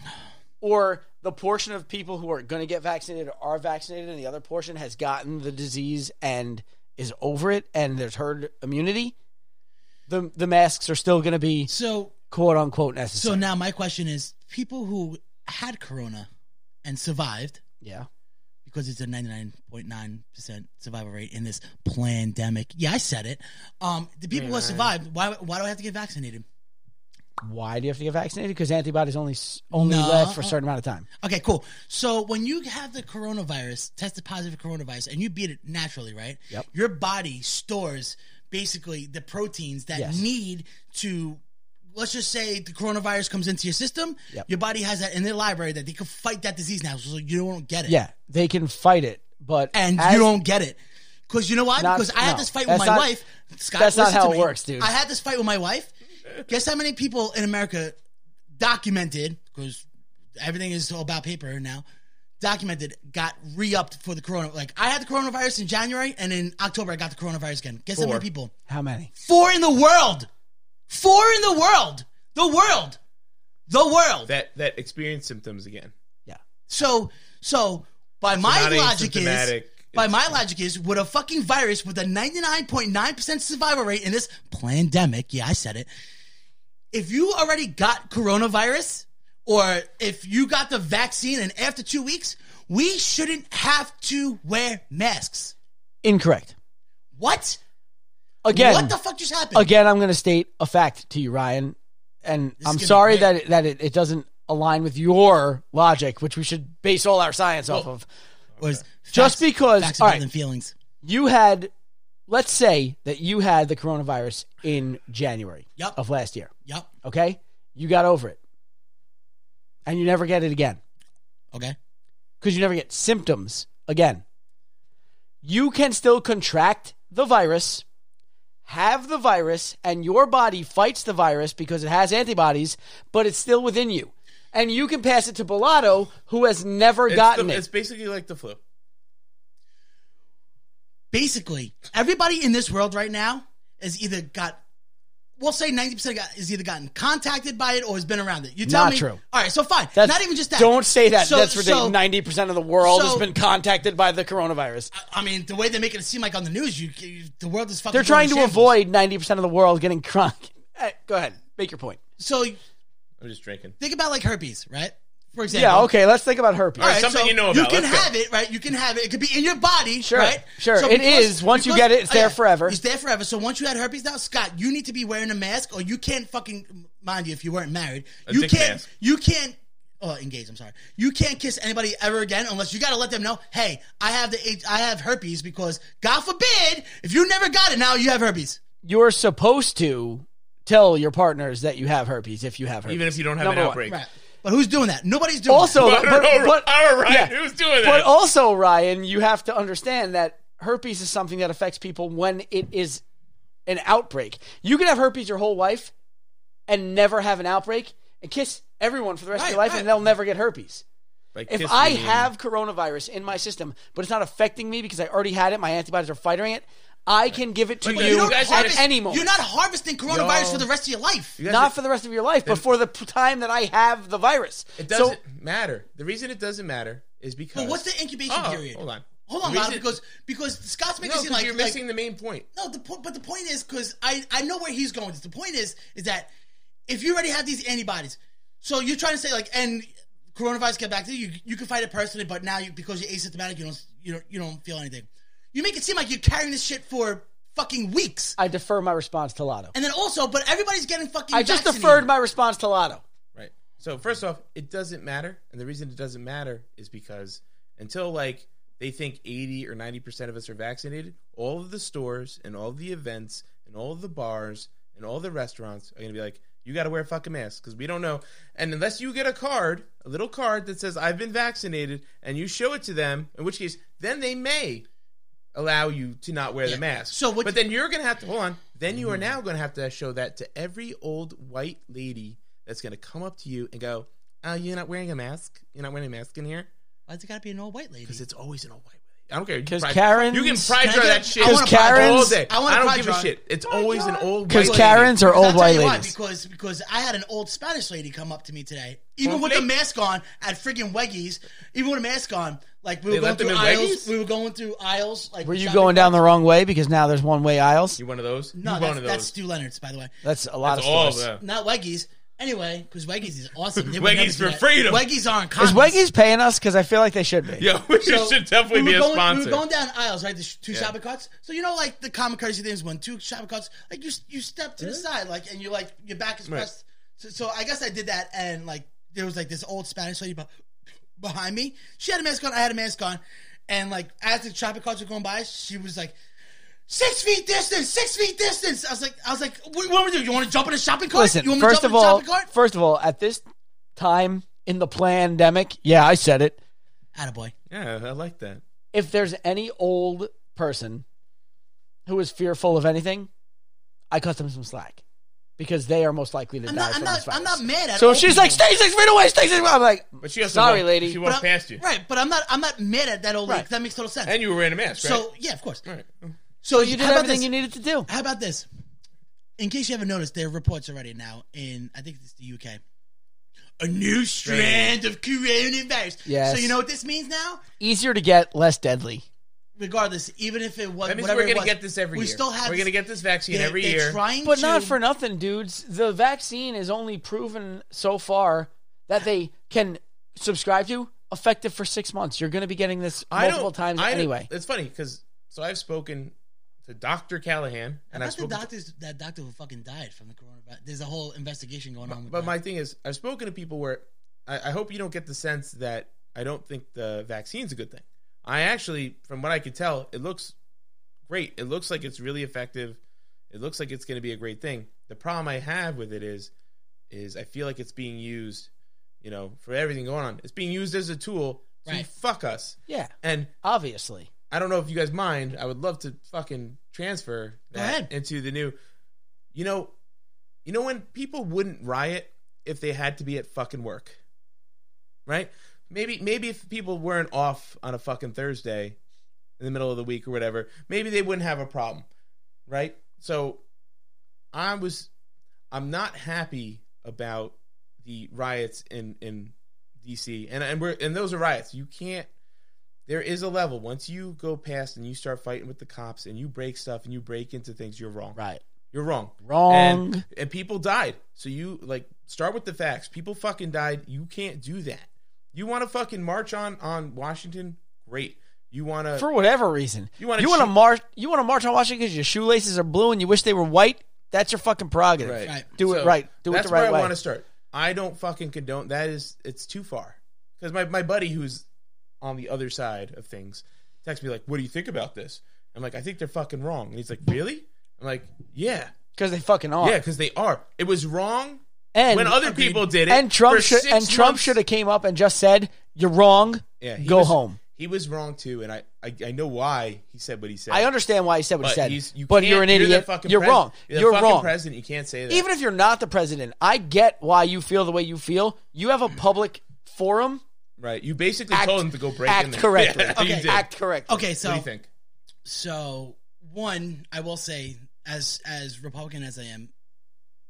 or the portion of people who are going to get vaccinated are vaccinated, and the other portion has gotten the disease and is over it, and there's herd immunity, the the masks are still going to be
so
quote unquote
so
necessary.
now my question is people who had corona and survived
yeah,
because it's a 99.9% survival rate in this pandemic. Yeah, I said it. Um, the people who have survived, why, why do I have to get vaccinated?
why do you have to get vaccinated? Because antibodies only s- only
No.
last for a certain amount of time.
Okay, cool. So when you have the coronavirus, tested positive for coronavirus, and you beat it naturally, right?
Yep.
Your body stores basically the proteins that
Yes.
need to. Let's just say the coronavirus comes into your system.
Yep.
Your body has that in their library that they can fight that disease now, so you don't get it.
Yeah, they can fight it, but
and
as-
you don't get it. Because you know why?
Not-
because I had
no.
this fight with
That's
my
not-
wife. Scott,
that's not
listen to
how it
me.
works, dude.
I had this fight with my wife. Guess how many people in America documented? Because everything is all about paper now. Documented got re-upped for the corona. Like I had the coronavirus in January, and in October I got the coronavirus again. Guess how
Four.
many people?
how many?
Four in the world. Four in the world. The world. The world.
That that experience symptoms again.
Yeah,
So, so by my
not
logic is,
asymptomatic.
by
It's-
my logic is, would a fucking virus with a ninety nine point nine percent survival rate in this pandemic, yeah, I said it. If you already got coronavirus, or if you got the vaccine, and after two weeks, we shouldn't have to wear masks.
incorrect.
What?
Again,
what the fuck just happened?
again, I'm going to state a fact to you, Ryan, and
is
I'm
gonna be
sorry
great.
that it, that it, it doesn't align with your logic, which we should base all our science off of.
Or is
Just
facts-
because-
facts are
all
better
right.
than feelings.
you had, let's say that you had the coronavirus in January
Yep.
of last year.
Yep.
Okay, you got over it, and you never get it again
Okay.
because you never get symptoms again. You can still contract the virus, have the virus, and your body fights the virus because it has antibodies, but it's still within you. And you can pass it to Bellotto, who has never
It's,
gotten
the-
it.
it's basically like the flu.
Basically, everybody in this world right now has either got, we'll say ninety percent has either gotten contacted by it or has been around it. You tell
Not
me.
true.
All right, so fine.
That's-
Not even just that.
Don't say that.
So-
That's
so-
ridiculous. Ninety percent of the world has
so-
been contacted by the coronavirus.
I mean, the way they make it seem like on the news, you, you the world is fucking.
They're trying to
going shambles.
avoid ninety percent of the world getting crunk. Eh, Go ahead, make your point.
So
I'm just drinking.
think about like herpes, right? For example.
Yeah, okay. Let's think about herpes.
All right,
Something
so
you know about.
can
Let's go.
have it, right? You can have it. It could be in your body,
Sure,
right?
sure. It is. Once you get it, it's
oh,
there forever.
It's there forever. So once you had herpes, now Scott, you need to be wearing a mask, or you can't fucking mind you if you weren't married.
A
you
dick
can't.
mask.
You can't. Oh, engaged. I'm sorry. You can't kiss anybody ever again unless you got to let them know. Hey, I have the H- I have herpes because God forbid if you never got it, now you have herpes.
You're supposed to tell your partners that you have herpes if you have herpes.
Even if you don't have
Number
an
one.
outbreak.
Right. But who's doing that? Nobody's doing.
also,
But-
but,
all
but-
right, all right,
yeah.
who's doing
But
that?
also, Ryan, you have to understand that herpes is something that affects people when it is an outbreak. You can have herpes your whole life and never have an outbreak, and kiss everyone for the rest of your
Right,
life,
right.
and they'll never get herpes.
Like,
If
kiss
I
me.
have coronavirus in my system, but it's not affecting me because I already had it, my antibodies are fighting it. I can give it to
But
you,
you guys had
at
it-
any moment.
You're not harvesting coronavirus
No.
for the rest of your life.
You guys-
not for the rest of your life, but for the p- time that I have the virus.
It
so
doesn't matter. The reason it doesn't matter is because.
But what's the incubation
Oh,
period?
Hold on.
Hold on,
The
Lana,
reason-
because because Scott's making
No,
it seem
'cause
like
you're
like-
missing the main point.
no, the po- but the point is because I I know where he's going. The point is is that if you already have these antibodies, so you're trying to say like and coronavirus get back to you, you, you can fight it personally, but now you because you're asymptomatic, you don't you don't you don't feel anything. You make it seem like you're carrying this shit for fucking weeks,
I defer my response to Lotto.
and then also, but everybody's getting fucking.
I just
vaccinated.
deferred my response to Lotto.
Right. So first off, it doesn't matter, and the reason it doesn't matter is because until like they think eighty or ninety percent of us are vaccinated, all of the stores and all of the events and all of the bars and all the restaurants are gonna be like, you got to wear a fucking mask because we don't know. And unless you get a card, a little card that says I've been vaccinated, and you show it to them, in which case then they may allow you to not wear
Yeah.
the mask.
So what-
but then you're gonna have to hold on. Then you are now gonna have to show that to every old white lady that's gonna come up to you and go, "Oh, you're not wearing a mask. You're not wearing a mask in here
Why's it gotta be an old white lady?
because it's always an old white lady." I don't care. You
'Cause
pride-
Karen's-
you can pride
Can I
draw
get a-
that shit.
I wanna
'Cause pride-
all
Karen's-
day.
I
I,
wanna
don't
pride
give
draw.
a shit. It's always an old white
Because
lady.
Karens are old
I'll tell
white
you why,
ladies.
because because I had an old Spanish lady come up to me today, even
Well,
with
they-
the mask on at friggin' Weggies, even with a mask on. Like we were
They
going
let them
through
in
aisles,
Weggies?
we were going through aisles. Like
Were you
shopping
going down the
carts.
wrong way because now there's one way aisles?
You one of those?
No,
you
that's,
one of
that's
those?
Stu Leonard's, by the way.
That's a lot
That's
of
all of
stores.
them.
Not Weggies. Anyway, because Weggies is awesome. They would never
Weggies
do
for
that.
freedom.
Weggies aren't.
Is Weggy's paying us? Because I feel like they should be.
Yeah, we
So,
should definitely
we were
be a
going,
sponsor.
We were going down aisles, right? The sh- two shopping carts. So you know, like the common courtesy things when two shopping carts, like you you step to the side, like and you're like your back is
Right.
pressed. So, so I guess I did that, and like there was like this old Spanish lady be- behind me. She had a mask on. I had a mask on, and like as the shopping carts were going by, she was like. Six feet distance, six feet distance. I was like, I was like, what, what am I doing? You want to jump in a shopping cart?
Listen,
you want me
first
to
of
jump
all,
in a shopping cart?
first of all, at this time in the pandemic, yeah, I said it.
Attaboy.
yeah, I like that.
If there's any old person who is fearful of anything, I cut them some slack because they are most likely to
I'm
die
not,
from
I'm
this
not,
virus.
I'm not mad at.
so
old
if she's
people.
like, "Stay six feet away, stay six," feet away," I'm like,
But she also
"Sorry,
walked-
lady."
She walked
I'm-
past you,
right? But I'm not, I'm not mad at that old lady.
Right.
That makes total sense.
and you were wearing a mask, right?
So yeah, of course.
All right.
So
you did
how about
everything
this?
you needed to do.
How about this? In case you haven't noticed, there are reports already now in I think it's the UK. A new strand of coronavirus.
Yes.
So you know what this means now?
Easier to get, less deadly.
Regardless, even if it was
That means
whatever
we're
it
gonna
was,
get this every
we
year.
still have.
we're
this-
gonna get this vaccine
they're-
every
they're
year.
trying
But
to-
not for nothing, dudes. The vaccine is only proven so far that they can subscribe to effective for six months. You're going to be getting this multiple times
I don't-
anyway.
It's funny because so I've spoken to Dr. Callahan and
Not
I've
the
spoken. to-
doctors. That doctor who fucking died from the coronavirus. There's a whole investigation going on. With
but
that.
my thing is, I've spoken to people where I, I hope you don't get the sense that I don't think the vaccine's a good thing. I actually, from what I could tell, it looks great. It looks like it's really effective. It looks like it's going to be a great thing. The problem I have with it is, is I feel like it's being used, you know, for everything going on. It's being used as a tool to
Right.
fuck us.
Yeah,
And
obviously.
I don't know if you guys mind. I would love to fucking transfer
ahead.
that into the new. You know, you know when people wouldn't riot if they had to be at fucking work, right? Maybe maybe if people weren't off on a fucking Thursday in the middle of the week or whatever, maybe they wouldn't have a problem, right? So I was I'm not happy about the riots in in DC, and and we're and those are riots. You can't. There is a level once you go past and you start fighting with the cops and you break stuff and you break into things. You're wrong.
Right.
You're wrong.
Wrong.
And, and people died. So you like start with the facts. People fucking died. You can't do that. You want to fucking march on on Washington? Great. You want to?
For whatever reason,
You
you
wanna
want to
shoot-
march. You want to march on Washington because your shoelaces are blue and you wish they were white. That's your fucking prerogative.
Right.
Do it right. Do it
that's
the right
where I
way.
want to start. I don't fucking condone that. Is it's too far because my my buddy who's on the other side of things texts me like, "What do you think about this?" I'm like, "I think they're fucking wrong." And he's like, "Really?" I'm like, "Yeah,
because they fucking are.
yeah, because they are. It was wrong
and
when other people did it.
and Trump
for
should
six
and Trump
months-
should have came up and just said you're wrong.
Yeah, he
go
was-
home.
He was wrong too, and I, I I know why he said what he said.
I understand why he said what
but
he said,
he's- you
but
can't-
you're an
the
idiot. You're,
fucking president.
wrong.
You're, the
You're,
fucking
wrong.
President, you can't say that.
Even if you're not the president, I get why you feel the way you feel. You have a public forum.
right, you basically
Act-
told him to go break
act
in there.
correctly.
Yeah, you
Okay.
did.
Act correctly.
Okay, so
What do you think?
So one, I will say, as as Republican as I am,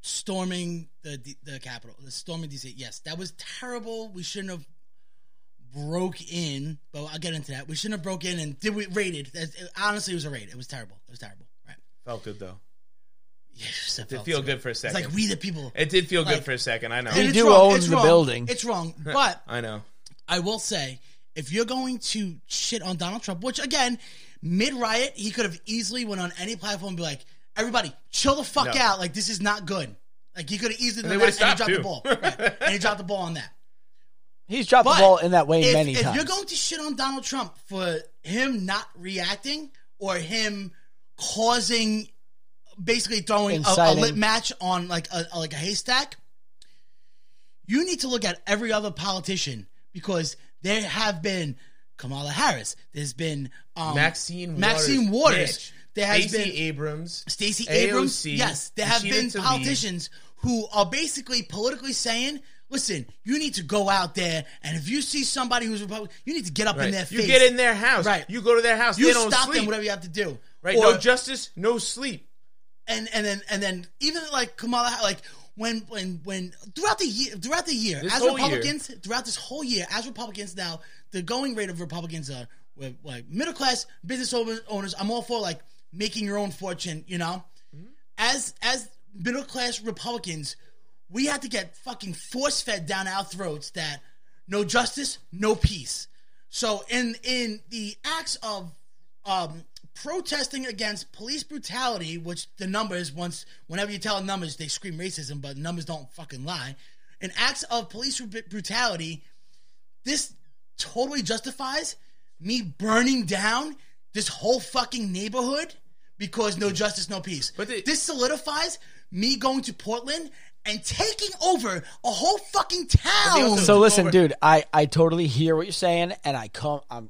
storming the D- the Capitol, the storming DC. Yes, that was terrible. We shouldn't have broke in, but I'll get into that. We shouldn't have broke in and did we raided? That's- it- honestly, it was a raid. It was terrible. It was terrible. Right?
Felt good though.
Yes, it
Did
felt
feel
so-
good for a
It's
second.
like we the people.
It did feel good
like-
for a second. I know.
And it's
do
wrong,
own
it's
the
wrong,
building.
It's wrong, but
I know.
I will say, if you're going to shit on Donald Trump, which again, mid riot, he could have easily went on any platform and be like, "Everybody, chill the fuck
No.
out. Like this is not good." Like he could have easily
they
done
would've
that, and he
stopped,
dropped
too.
the ball, right. and he dropped the ball on that.
He's dropped
But
the ball in that way
if,
many
if
times.
you're going to shit on Donald Trump for him not reacting or him causing, basically throwing a, a
Inciting.
lit match on like a, a- like a haystack, you need to look at every other politician because there have been Kamala Harris, there's been um,
Maxine
Maxine
Waters,
Waters.
bitch.
There has
Stacey
been
Abrams.
Stacey
AOC,
Abrams. Yes, there have
Rashida
been
Tlaib.
politicians who are basically politically saying, "Listen, you need to go out there, and if you see somebody who's Republican, you need to get up
Right.
in their face.
You get in their house.
Right.
You go to their house.
You
they don't
stop
sleep.
them, whatever you have to do.
Right.
Or-
no justice. No sleep.
and and then and then even like Kamala, like when when when throughout the year, throughout the year,
This
as
whole year.
Republicans, throughout this whole year, as Republicans now, the going rate of Republicans are with, like middle class business owners- owners. I'm all for like making your own fortune, you know. As as middle class Republicans, we had to get fucking force fed down our throats that no justice, no peace. So in in the acts of um, protesting against police brutality, which the numbers once whenever you tell them numbers they scream racism, but numbers don't fucking lie. In acts of police br- brutality, this totally justifies me burning down this whole fucking neighborhood because no justice, no peace.
But the-
this solidifies me going to Portland and taking over a whole fucking town.
also-
so listen,
over-
dude, I, I totally hear what you're saying, and I come I'm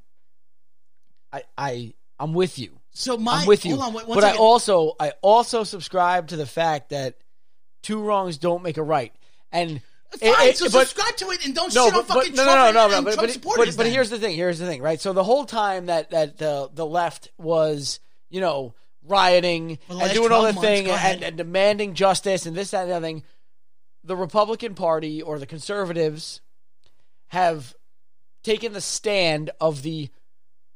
I I I'm with you.
So my
I'm with you.
Hold on, wait, one
but I
second.
also I also subscribe to the fact that two wrongs don't make a right. And
Fine,
it- it-
so
but-
subscribe to it and don't
no,
shit
but,
on
but-
fucking
no,
Trump
no, no,
and,
no,
and
but,
Trump
but,
supporters.
but, but
then.
here's the thing. Here's the thing, right? So the whole time that that the the left was, you know, rioting
the
and
last
doing all
12
that
months,
thing
go ahead.
and, and demanding justice and this, that, and the other thing, the Republican Party or the conservatives have taken the stand of the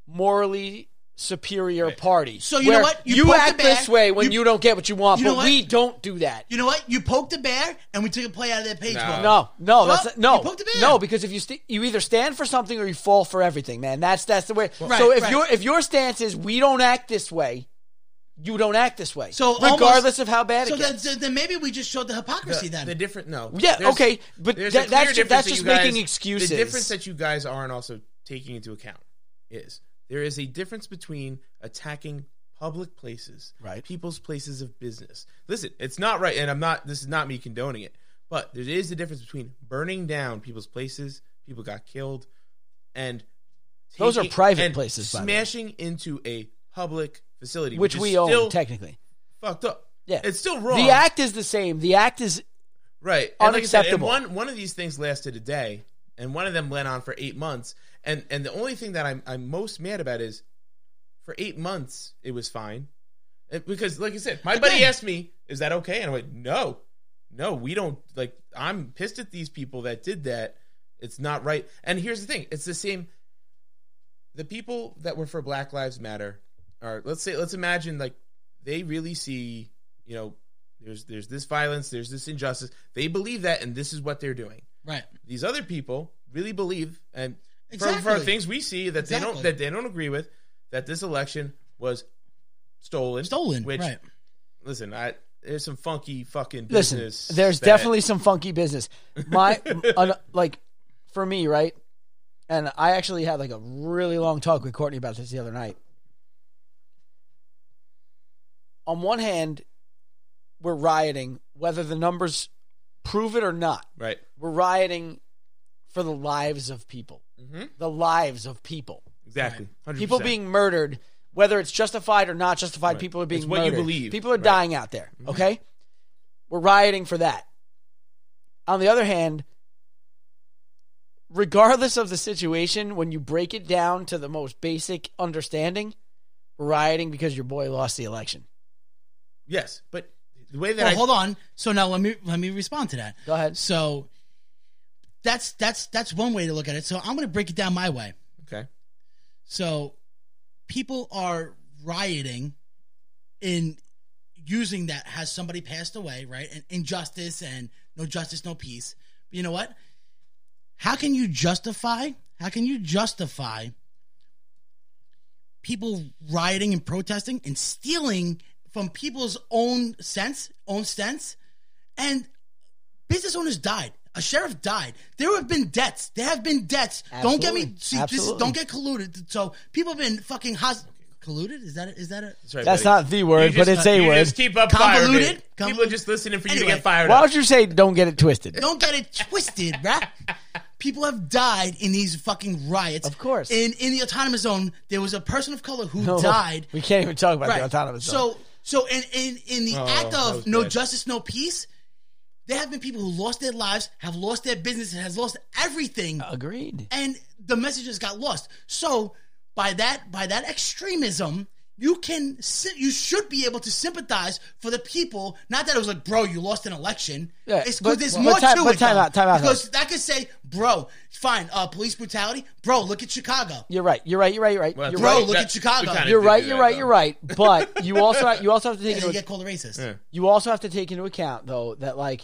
morally superior party.
So you know
where
what? You
You,
poke the
act
bear,
this way when
you-
you, don't get what you want,
you know
but
what?
we don't do that.
You know what? You poked the bear, and we took a play out of that page.
No.
book.
No, no,
Well,
that's no,
you poked a bear.
no. Because if you st- you either stand for something or you fall for everything, man. That's that's the way.
Right,
so if
right.
your if your stance is we don't act this way, you don't act this way.
So almost-
regardless of how bad
So
it gets,
then, then maybe we just showed the hypocrisy
The,
then.
the different. No.
Yeah,
There's-
okay, but
there's
that-
a
that's
clear
ju-
difference
that's
that
just
you guys-
making excuses.
The difference that you guys aren't also taking into account is There is a difference between attacking public places,
Right.
people's places of business. Listen, it's not right, and I'm not. This is not me condoning it, but there is a difference between burning down people's places. People got killed, and
Those are
taking-
private
and
places, by the way.
Smashing into a public facility,
which
is
we own
still
technically.
fucked up.
Yeah.
it's still wrong.
The act is the same. The act is
Right. And like I said,
Unacceptable.
and one one of these things lasted a day, and one of them went on for eight months. And and the only thing that I'm I'm most mad about is, for eight months it was fine, It- because like I said, my buddy
Again.
asked me, "Is that okay?" And I'm like, "No, no, we don't like." I'm pissed at these people that did that. It's not right. And here's the thing: it's the same. The people that were for Black Lives Matter are let's say let's imagine like they really see you know there's there's this violence there's this injustice they believe that and this is what they're doing
Right.
these other people really believe and from,
Exactly.
from things we see that they don't
Exactly.
that they don't agree with that this election was stolen
Stolen.
which
right.
listen i there's some funky fucking
listen.
business
There's
that-
definitely some funky business. My un, like for me, right? And I actually had like a really long talk with Courtney about this the other night. On one hand, we're rioting whether the numbers prove it or not.
right
We're rioting for the lives of people. The lives of people.
Mm-hmm. exactly 100%.
people being murdered, whether it's justified or not justified,
Right.
people are being
It's what you
murdered.
believe,
People are
right. Mm-hmm.
dying out there. Okay, we're rioting for that. On the other hand, regardless of the situation, when you break it down to the most basic understanding, we're rioting because your boy lost the election.
yes but the way that
Well,
I,
hold on. So now let me let me respond to that.
Go ahead.
So that's that's that's one way to look at it. So I'm going to break it down my way.
okay
So people are rioting in using that has somebody passed away, right? And injustice and no justice, no peace. But you know what? How can you justify? How can you justify people rioting and protesting and stealing from people's own sense, own sense, and business owners died. A sheriff died. There have been debts. There have been debts. Don't get me.
Absolutely.
See, this,
Absolutely.
don't get colluded. So people have been fucking hos- colluded. Is that a, is that a
Sorry,
That's
buddy.
not the word,
You
but
just-
it's a
you
word.
just keep up firing.
Convoluted?
people are just listening for you to
Anyway.
get fired
Why
up
don't you say "Don't get it twisted"?
Don't get it twisted, bruh. People have died in these fucking riots.
Of course.
In in the autonomous zone, there was a person of color who
No,
died.
We can't even talk about
Right.
the autonomous zone.
So so in in, in the
Oh,
act
that was
of no
bad.
justice, no peace, there have been people who lost their lives, have lost their business, has lost everything
Agreed.
and the messages got lost. So by that by that extremism, you can sy- you should be able to sympathize for the people. Not that it was like, bro, you lost an election.
Yeah,
it's because
but-
there's
but
more
time-
to
but
it.
time
though.
out, time out,
Because I could say, bro, fine, uh, police brutality. Bro, look at Chicago.
You're right. You're right. You're right. You're right.
Well,
you're
Bro,
right.
look
that-
at Chicago.
we kinda
You're
did
right.
do
You're
that,
right.
though.
You're right. But you also you also have to take
And
into
you
account
get called a racist
Yeah.
you also have to take into account though that like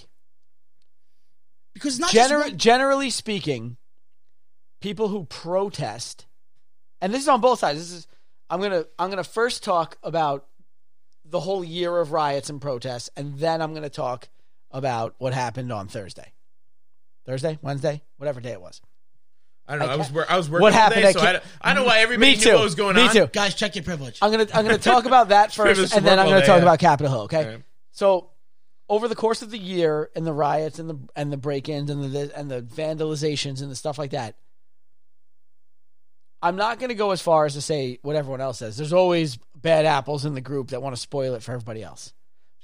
because it's not just
gener-
one-
generally speaking people who protest and this is on both sides this is i'm gonna i'm gonna first talk about the whole year of riots and protests and then i'm gonna talk about what happened on thursday thursday wednesday whatever day it was
I don't know. I,
I
was
can't-
wor- I was working
What
all
happened?
day,
I
so I
can't-
don't, I don't know why everybody
me too
knew what was going
me
on.
too
guys check your privilege.
I'm gonna I'm gonna talk about that
Privilege
first,
to
and then
work
I'm
all
gonna
day,
talk
yeah.
about Capitol Hill. Okay.
Alright.
So, over the course of the year, and the riots, and the and the break-ins, and the and the vandalizations, and the stuff like that, I'm not gonna go as far as to say what everyone else says. There's always bad apples in the group that want to spoil it for everybody else.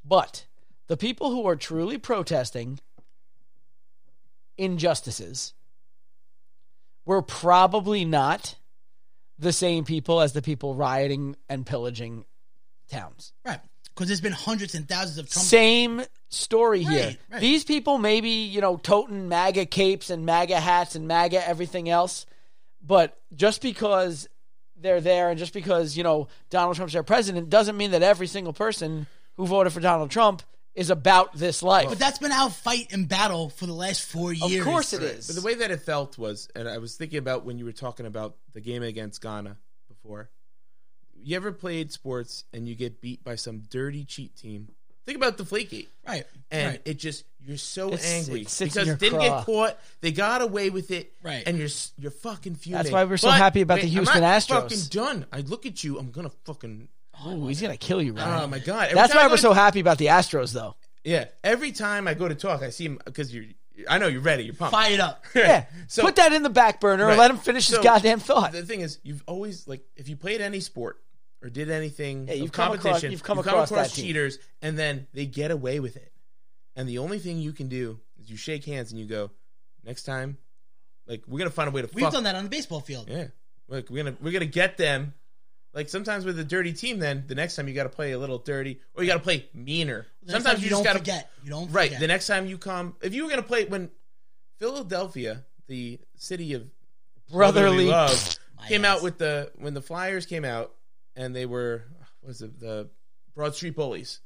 But the people who are truly protesting injustices were probably not the same people as the people rioting and pillaging towns.
right. Because there's been hundreds and thousands of Trump.
Same story here.
Right, right.
These people maybe, you know, toting MAGA capes and MAGA hats and MAGA everything else, but just because they're there and just because, you know, Donald Trump's their president doesn't mean that every single person who voted for Donald Trump is about this life.
but that's been our fight and battle for the last four years.
of course it
But the
is.
way that it felt was, and I was thinking about when you were talking about the game against Ghana before. You ever played sports and you get beat by some dirty cheat team Think about the Deflategate.
Right.
and
right.
it just you're so
It's-
angry
it sits in
because
your
it didn't
craw.
get caught. They got away with it,
Right.
And you're s- you're fucking fuming.
why we're so happy about the
wait,
Houston
I'm not
Astros.
Fucking done. I look at you. I'm gonna fucking.
Ooh, he's gonna kill you, Ryan.
Oh my god. Every
That's
time I
why
go
we're
to-
so happy about the Astros, though.
Yeah. Every time I go to talk, I see him because you're. I know you're ready. You're pumped.
Fire it up.
Yeah.
So-
Put that in the back burner
Right.
and let him finish his
So,
goddamn thought.
The thing is, you've always like if you played any sport or did anything,
Yeah,
of
you've come across-
competition,
you've come across that team.
cheaters, and then they get away with it. And the only thing you can do is you shake hands and you go, next time, like we're gonna find a way to.
We've
fuck
done that on the baseball field.
Yeah, like we're gonna we're gonna get them. Like sometimes with a dirty team, then the next time you got to play a little dirty, or you got to play meaner.
The next
Sometimes
time
you, just
don't
got to
forget. You don't
Right.
forget.
The next time you come, if you were going to play when Philadelphia, the city of brotherly
Brotherly.
love,
My
came
ass.
out with the when the Flyers came out and they were what was it the Broad Street Bullies?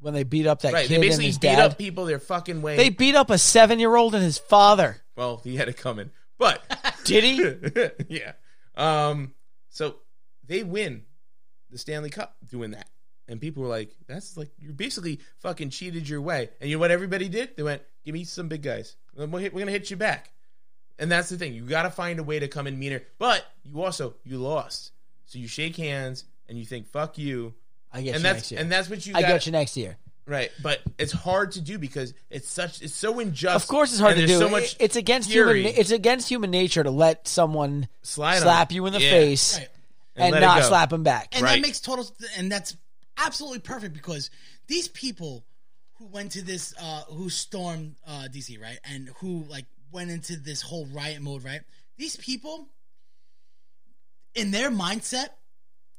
When they beat up that
Right. They
kid and
basically
his
beat
dad.
up people their fucking way.
They beat up a seven-year-old and his father.
well, he had it coming, but
Did he?
yeah. Um. So they win the Stanley Cup doing that. And people were like, "That's like you basically fucking cheated your way." And you know what everybody did? They went, "Give me some big guys. We're gonna hit, we're gonna hit you back." And that's the thing. You got to find a way to come in meaner. But you also you lost, so you shake hands and you think, "Fuck you."
I get you
and
next
that's
year.
and that's what you.
I
got,
get you next year.
Right, but it's hard to do because it's such it's so unjust.
Of course, it's hard
and
to do.
there's So much
it's against
fury.
human. It's against human nature to let someone
Slide on
slap
it.
you in the
Yeah.
face
Right.
And
and,
let it
not
go.
slap him back.
And
Right.
that makes total. And that's absolutely perfect because these people who went to this, uh, who stormed uh, DC, right, and who like went into this whole riot mode, right? These people, in their mindset,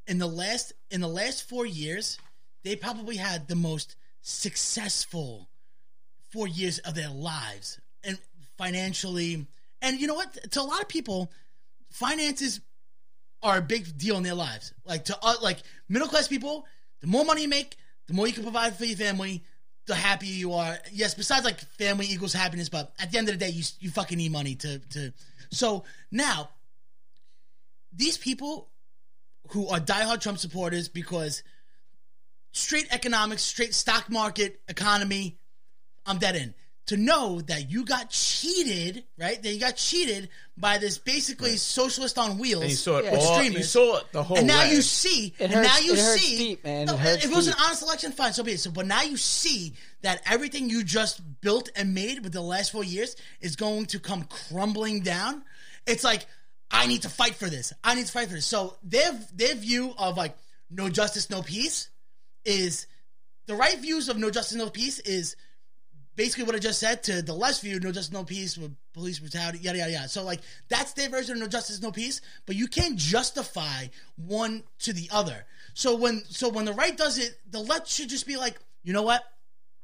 in the last in the last four years, they probably had the most successful four years of their lives and financially. And you know what? To a lot of people, finances are a big deal in their lives. Like to uh, like middle class people, the more money you make, the more you can provide for your family, the happier you are. Yes, besides like family equals happiness, but at the end of the day, you you fucking need money to to. So now, these people who are diehard Trump supporters because straight economics, straight stock market economy, I'm dead in. To know that you got cheated, right? That you got cheated by this basically socialist on wheels.
And you saw it
Yeah.
all. You
Extremist.
saw it the whole.
And now
way.
you see.
It
and
hurts-
now you
it hurts
see.
deep, man.
No,
It hurts
if it was an
deep.
honest election, fine, so be it. So, but now you see that everything you just built and made with the last four years is going to come crumbling down. It's like I need to fight for this. I need to fight for this. So their their view of like no justice, no peace is the right views of no justice, no peace is basically what I just said to the less view, no justice, no peace, with police brutality, yada yada yada. So like that's their version of no justice, no peace. But you can't justify one to the other. So when so when the right does it, the left should just be like, you know what?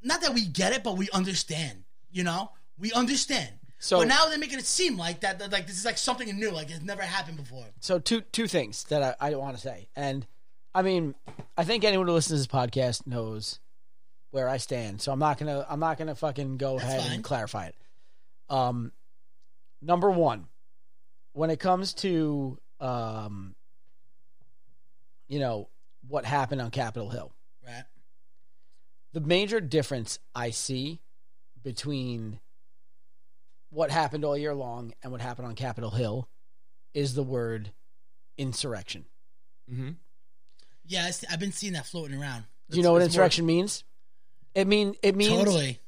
Not that we get it, but we understand. You know, we understand.
So-
So but now they're making it seem like that, that like this is like something new, like it's never happened before.
so two two things that I, I want to say, and I mean, I think anyone who listens to this podcast knows where I stand. So I'm not gonna I'm not gonna fucking go
That's
ahead
fine.
and clarify it. Um, number one, when it comes to um, you know what happened on Capitol Hill,
Right.
the major difference I see between what happened all year long and what happened on Capitol Hill is the word insurrection.
Mhm.
Yeah, I see, I've been seeing that floating around.
Do you know what
it's more-
insurrection means? It mean it means
Totally.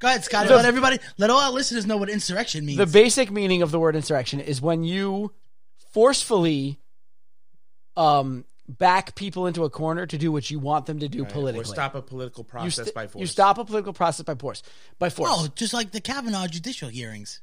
Go ahead, Scott.
The-
let everybody, let all our listeners know what insurrection means.
the basic meaning of the word insurrection is when you forcefully um back people into a corner to do what you want them to do politically.
Or stop a political
you,
process
st-
by force.
you stop a political process by force. By force.
Oh, just like the Kavanaugh judicial hearings.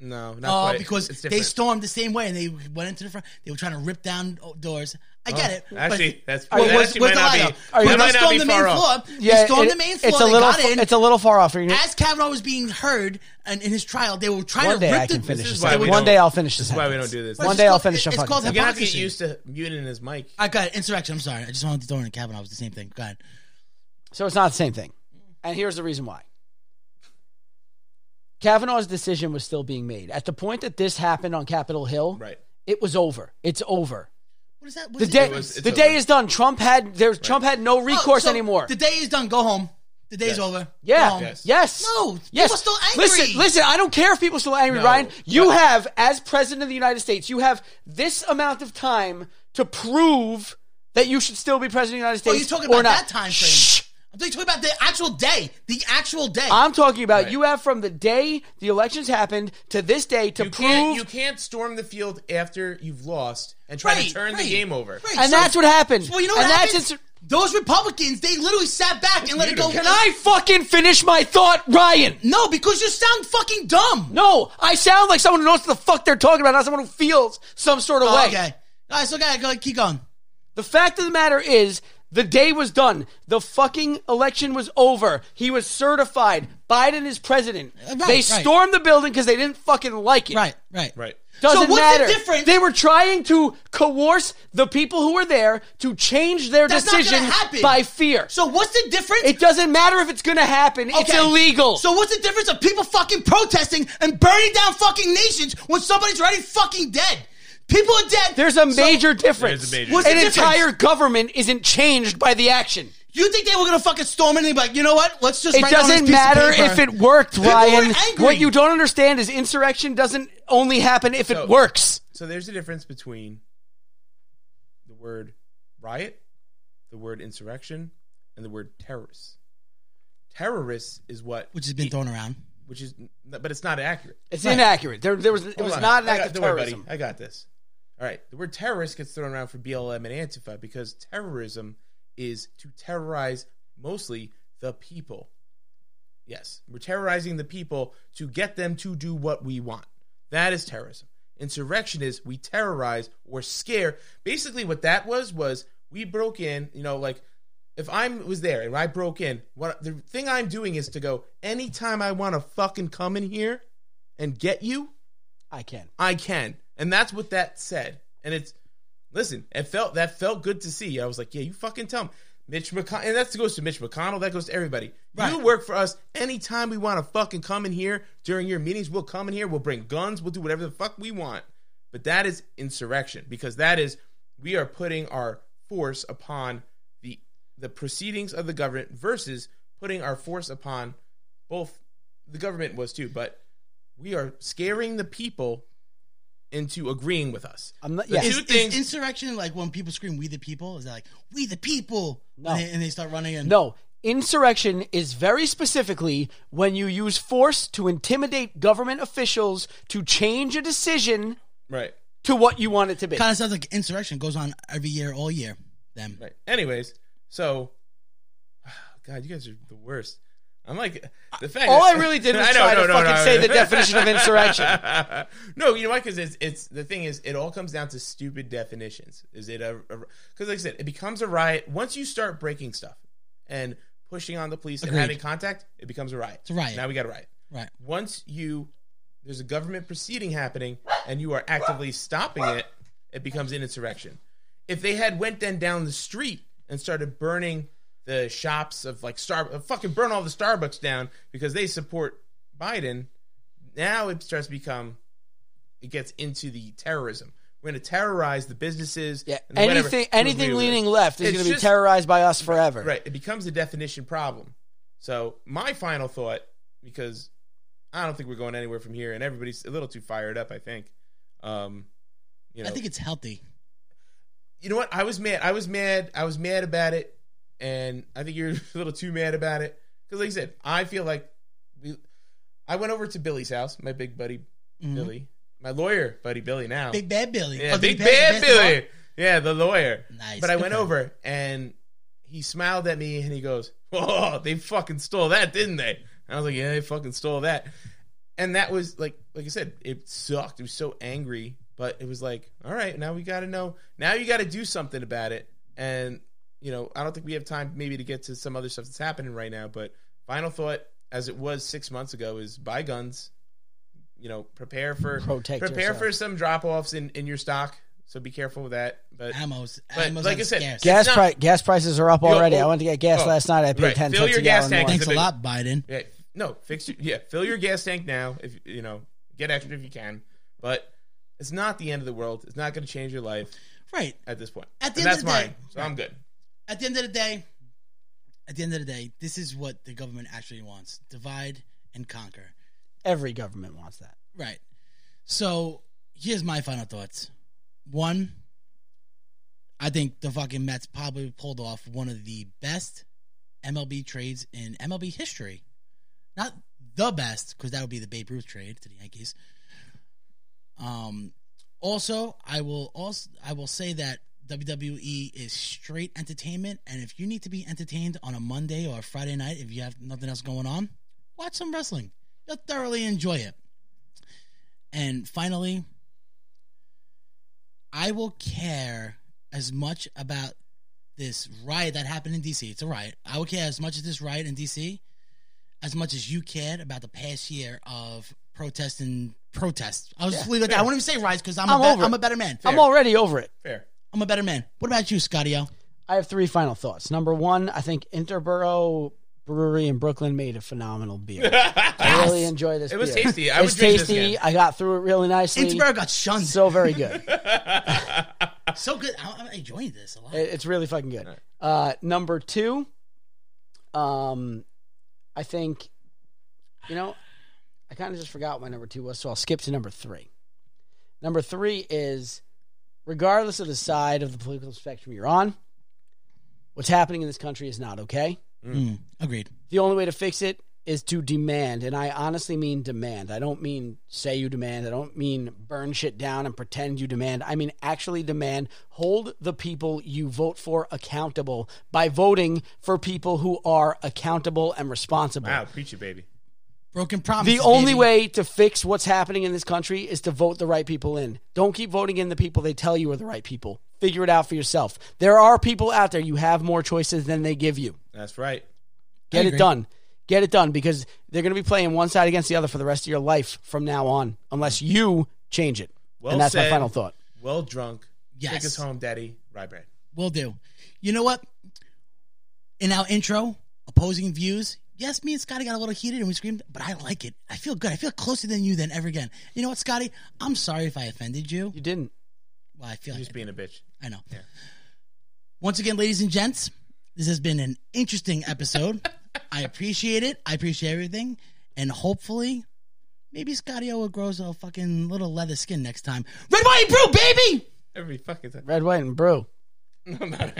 No, not
Oh,
quite.
because
It's
they
different.
stormed the same way and they went into the front. They were trying to rip down o- doors. I get it. but-
Oh, Actually, that's
Well,
that
was-
actually
was
might
the
not be.
lineup.
Are you-
When they
that might not
stormed
be
the main
far off.
floor. They stormed
it-
the main
It's
floor.
a
They
little
got in.
it's a little far off. Are you-
As Kavanaugh was being heard and in his trial, they were trying
One
to
day
rip
I
the.
can finish
is
this.
why we
sentence. One
don't-
day I'll finish this.
This is why we
sentence.
don't do this.
One
It's
day I'll
called-
finish a
it's
fucking.
called
sentence.
You're gonna have to get
hypocrisy.
used to muting his mic.
I got it. insurrection. I'm sorry. I just wanted to throw in Kavanaugh. It was the same thing. Go ahead.
So it's not the same thing. And here's the reason why. Kavanaugh's decision was still being made. At the point that this happened on Capitol Hill,
Right.
it was over. It's over.
What is that? What
The
is it?
day,
It was- it's
the
over.
day is done. Trump had there's Trump had no
Oh,
recourse
so
anymore.
The day is done. Go home. The day's over.
yeah.
Go home.
Yes.
Yes.
No,
Yes.
people still angry.
Listen, listen. I don't care if people are still angry,
No.
Ryan. You
But-
have, as president of the United States, you have this amount of time to prove that you should still be president of the United
Oh,
States.
you're talking
or
about
not.
that time
Shh.
frame. I'm talking about the actual day. The actual day.
I'm talking about
Right.
you have from the day the elections happened to this day to
You
prove.
can't you can't storm the field after you've lost and try
Right,
to turn
right,
the game over.
right.
and
So-
that's what happened.
Well, you know what
and that's
happened?
its-
Those Republicans, they literally sat back and let it go.
Beautiful.
Can I fucking finish my thought, Ryan?
No, because you sound fucking dumb.
No, I sound like someone who knows what the fuck they're talking about, not someone who feels some sort of
Oh,
way.
okay. All right, so gotta go. Keep going.
The fact of the matter is, the day was done. The fucking election was over. He was certified. Biden is president.
Uh, right,
they
right.
stormed the building because they didn't fucking like it.
Right, right,
Right.
Doesn't
So what's
matter.
the difference-
They were trying to coerce the people who were there to change their
That's not gonna
decision
happen.
by fear.
So what's the difference?
it doesn't matter if it's going to happen. It's
Okay.
illegal.
So what's the difference of people fucking protesting and burning down fucking nations when somebody's already fucking dead? People are dead.
There's a
So
major difference.
There's a major
What's
An
the difference?
entire government isn't changed by the action.
you think they were gonna fucking storm it and be like, you know what? Let's just.
It
write down this
doesn't
piece of
matter
paper."
if it worked,
were
Ryan.
angry.
What you don't understand is insurrection doesn't only happen if
So-
it works.
So there's a difference between the word riot, the word insurrection, and the word terrorists. Terrorists is what
which has been thrown around.
which is but it's not accurate.
It's
Right.
inaccurate. There, there was it
Hold
was
on.
not an
I
act
got-
of
don't worry, buddy.
terrorism.
I got this. All right. The word terrorist gets thrown around for BLM and Antifa because terrorism is to terrorize mostly the people. Yes, we're terrorizing the people to get them to do what we want. That is terrorism. Insurrection is we terrorize or scare. Basically, what that was was we broke in. You know, like if I was there and I broke in, what the thing I'm doing is to go anytime I want to fucking come in here and get you.
I can.
I can. And that's what that said. And it's listen, it felt that felt good to see. I was like, yeah, you fucking tell him. Mitch McConnell, and that goes to Mitch McConnell. That goes to everybody. You work for us anytime we want to fucking come in here during your meetings. We'll come in here. We'll bring guns. We'll do whatever the fuck we want. But that is insurrection because that is we are putting our force upon the the proceedings of the government versus putting our force upon both the government was too, but we are scaring the people into agreeing with us.
I'm not-
The
yeah.
two
Is,
things.
is insurrection like when people scream "We the people"? Is that like "We the people"?
No.
and, they, and they start running and
No, insurrection is very specifically when you use force to intimidate government officials to change a decision
right.
to what you want it to be.
Kind of sounds like insurrection goes on every year, all year. Them.
Right. Anyways, so God, you guys are the worst. I'm like the fact.
All I really did was
I know,
try
no,
to
no,
fucking
no.
say the definition of insurrection.
no, you know why? Because it's it's the thing is it all comes down to stupid definitions. Is it a because like I said, it becomes a riot once you start breaking stuff and pushing on the police
Agreed.
and having contact. It becomes a riot. It's
a riot.
Now we got a riot.
Right.
Once you there's a government proceeding happening and you are actively stopping it, it becomes an insurrection. If they had went then down the street and started burning the shops of like Star, uh, fucking burn all the Starbucks down because they support Biden, now it starts to become it gets into the terrorism. We're going to terrorize the businesses.
yeah,
and whatever.
anything
We'll
anything
agree with
leaning
it.
left is
It's
going to be
just-
terrorized by us forever.
Right. It becomes a definition problem. So my final thought, because I don't think we're going anywhere from here, and everybody's a little too fired up. I think. Um, you know,
I think it's healthy.
you know what? I was mad. I was mad. I was mad about it, and I think you're a little too mad about it. Because, like I said, I feel like we. I went over to Billy's house, my big buddy
Mhm.
Billy, my lawyer buddy Billy. Now,
Big Bad Billy.
yeah,
Oh,
big bad
basketball?
Billy. Yeah, the lawyer.
Nice.
But I
Good
went
for him.
over and he smiled at me and he goes, "Oh, they fucking stole that, didn't they?" And I was like, "Yeah, they fucking stole that." And that was like, like I said, it sucked. It was so angry, but it was like, all right, now we got to know. Now you got to do something about it. And you know, I don't think we have time maybe to get to some other stuff that's happening right now. But final thought, as it was six months ago, is buy guns. You know, prepare for
Protect
prepare
yourself.
for some drop offs in in your stock. So be careful with that. But
Ammo's.
But,
Ammo's
like
on
I said,
scarce.
get-
Gas
It's not-
pri- gas prices are up
Yo,
already.
oh,
I went to get gas
oh,
last night. I paid
right.
ten
Fill
cents
your
a
gas
gallon
tank.
more.
Thanks a lot, Biden.
Yeah, no, fix your, yeah, fill your gas tank now if you know, get extra if you can, but it's not the end of the world. It's not going to change your life.
Right.
at this point.
At the end
And that's
of the
mine,
day-
so I'm good.
At the end of the day, at the end of the day, this is what the government actually wants: divide and conquer.
Every government wants that.
Right. So here's my final thoughts. One, I think the fucking Mets probably pulled off one of the best MLB trades in MLB history. Not the best, because that would be the Babe Ruth trade to the Yankees. Um, also, I will also I will say that WWE is straight entertainment, and if you need to be entertained on a Monday or a Friday night, if you have nothing else going on, watch some wrestling. You'll thoroughly enjoy it. And finally, I will care as much about this riot that happened in DC. It's a riot. I will care as much as this riot in DC, as much as you cared about the past year of protest and protest. I'll just
Yeah,
leave it at that. I
fair.
won't even say riots because I'm,
I'm
a bet-
over it.
I'm a better man.
I'm already over it.
Fair.
I'm a better man. What about you, Scotty? O?
I have three final thoughts. Number one, I think Interborough Brewery in Brooklyn made a phenomenal beer. I really enjoy this.
It was
beer.
tasty. I would
it's
drink this
tasty.
again.
I got through it really nicely.
Innsbruck got shunned. So,
so very good. It-
good. I, I'm enjoying this a lot.
It's really fucking good. Uh, number two, um, I think, you know, I kind of just forgot what my number two was, so I'll skip to number three. Number three is, regardless of the side of the political spectrum you're on, what's happening in this country is not okay.
Mm, agreed.
The only way to fix it is to demand, and I honestly mean demand. I don't mean say you demand. I don't mean burn shit down and pretend you demand. I mean actually demand. Hold the people you vote for accountable by voting for people who are accountable and responsible.
Wow, preach it, baby.
Broken promises.
The only
baby.
way to fix what's happening in this country is to vote the right people in. Don't keep voting in the people they tell you are the right people. Figure it out for yourself. There are people out there you have more choices than they give you.
That's right.
Get it
agree.
done. Get it done because they're going to be playing one side against the other for the rest of your life from now on, unless you change it.
Well
and that's my
said.
final thought.
Well drunk.
Yes.
Take us home, Daddy. Rye bread.
Will do. You know what? In our intro, opposing views. Yes, me and Scotty got a little heated and we screamed, but I like it. I feel good. I feel closer than you than ever again. You know what, Scotty? I'm sorry if I offended you.
You didn't.
Well, I feel like
You're just being a bitch.
I know. Once again, ladies and gents, this has been an interesting episode. I appreciate it. I appreciate everything. And hopefully, maybe Scotty O grows a fucking little leather skin next time. Red, white, and brew, baby!
Every fucking time.
Red, white, and brew.
I'm not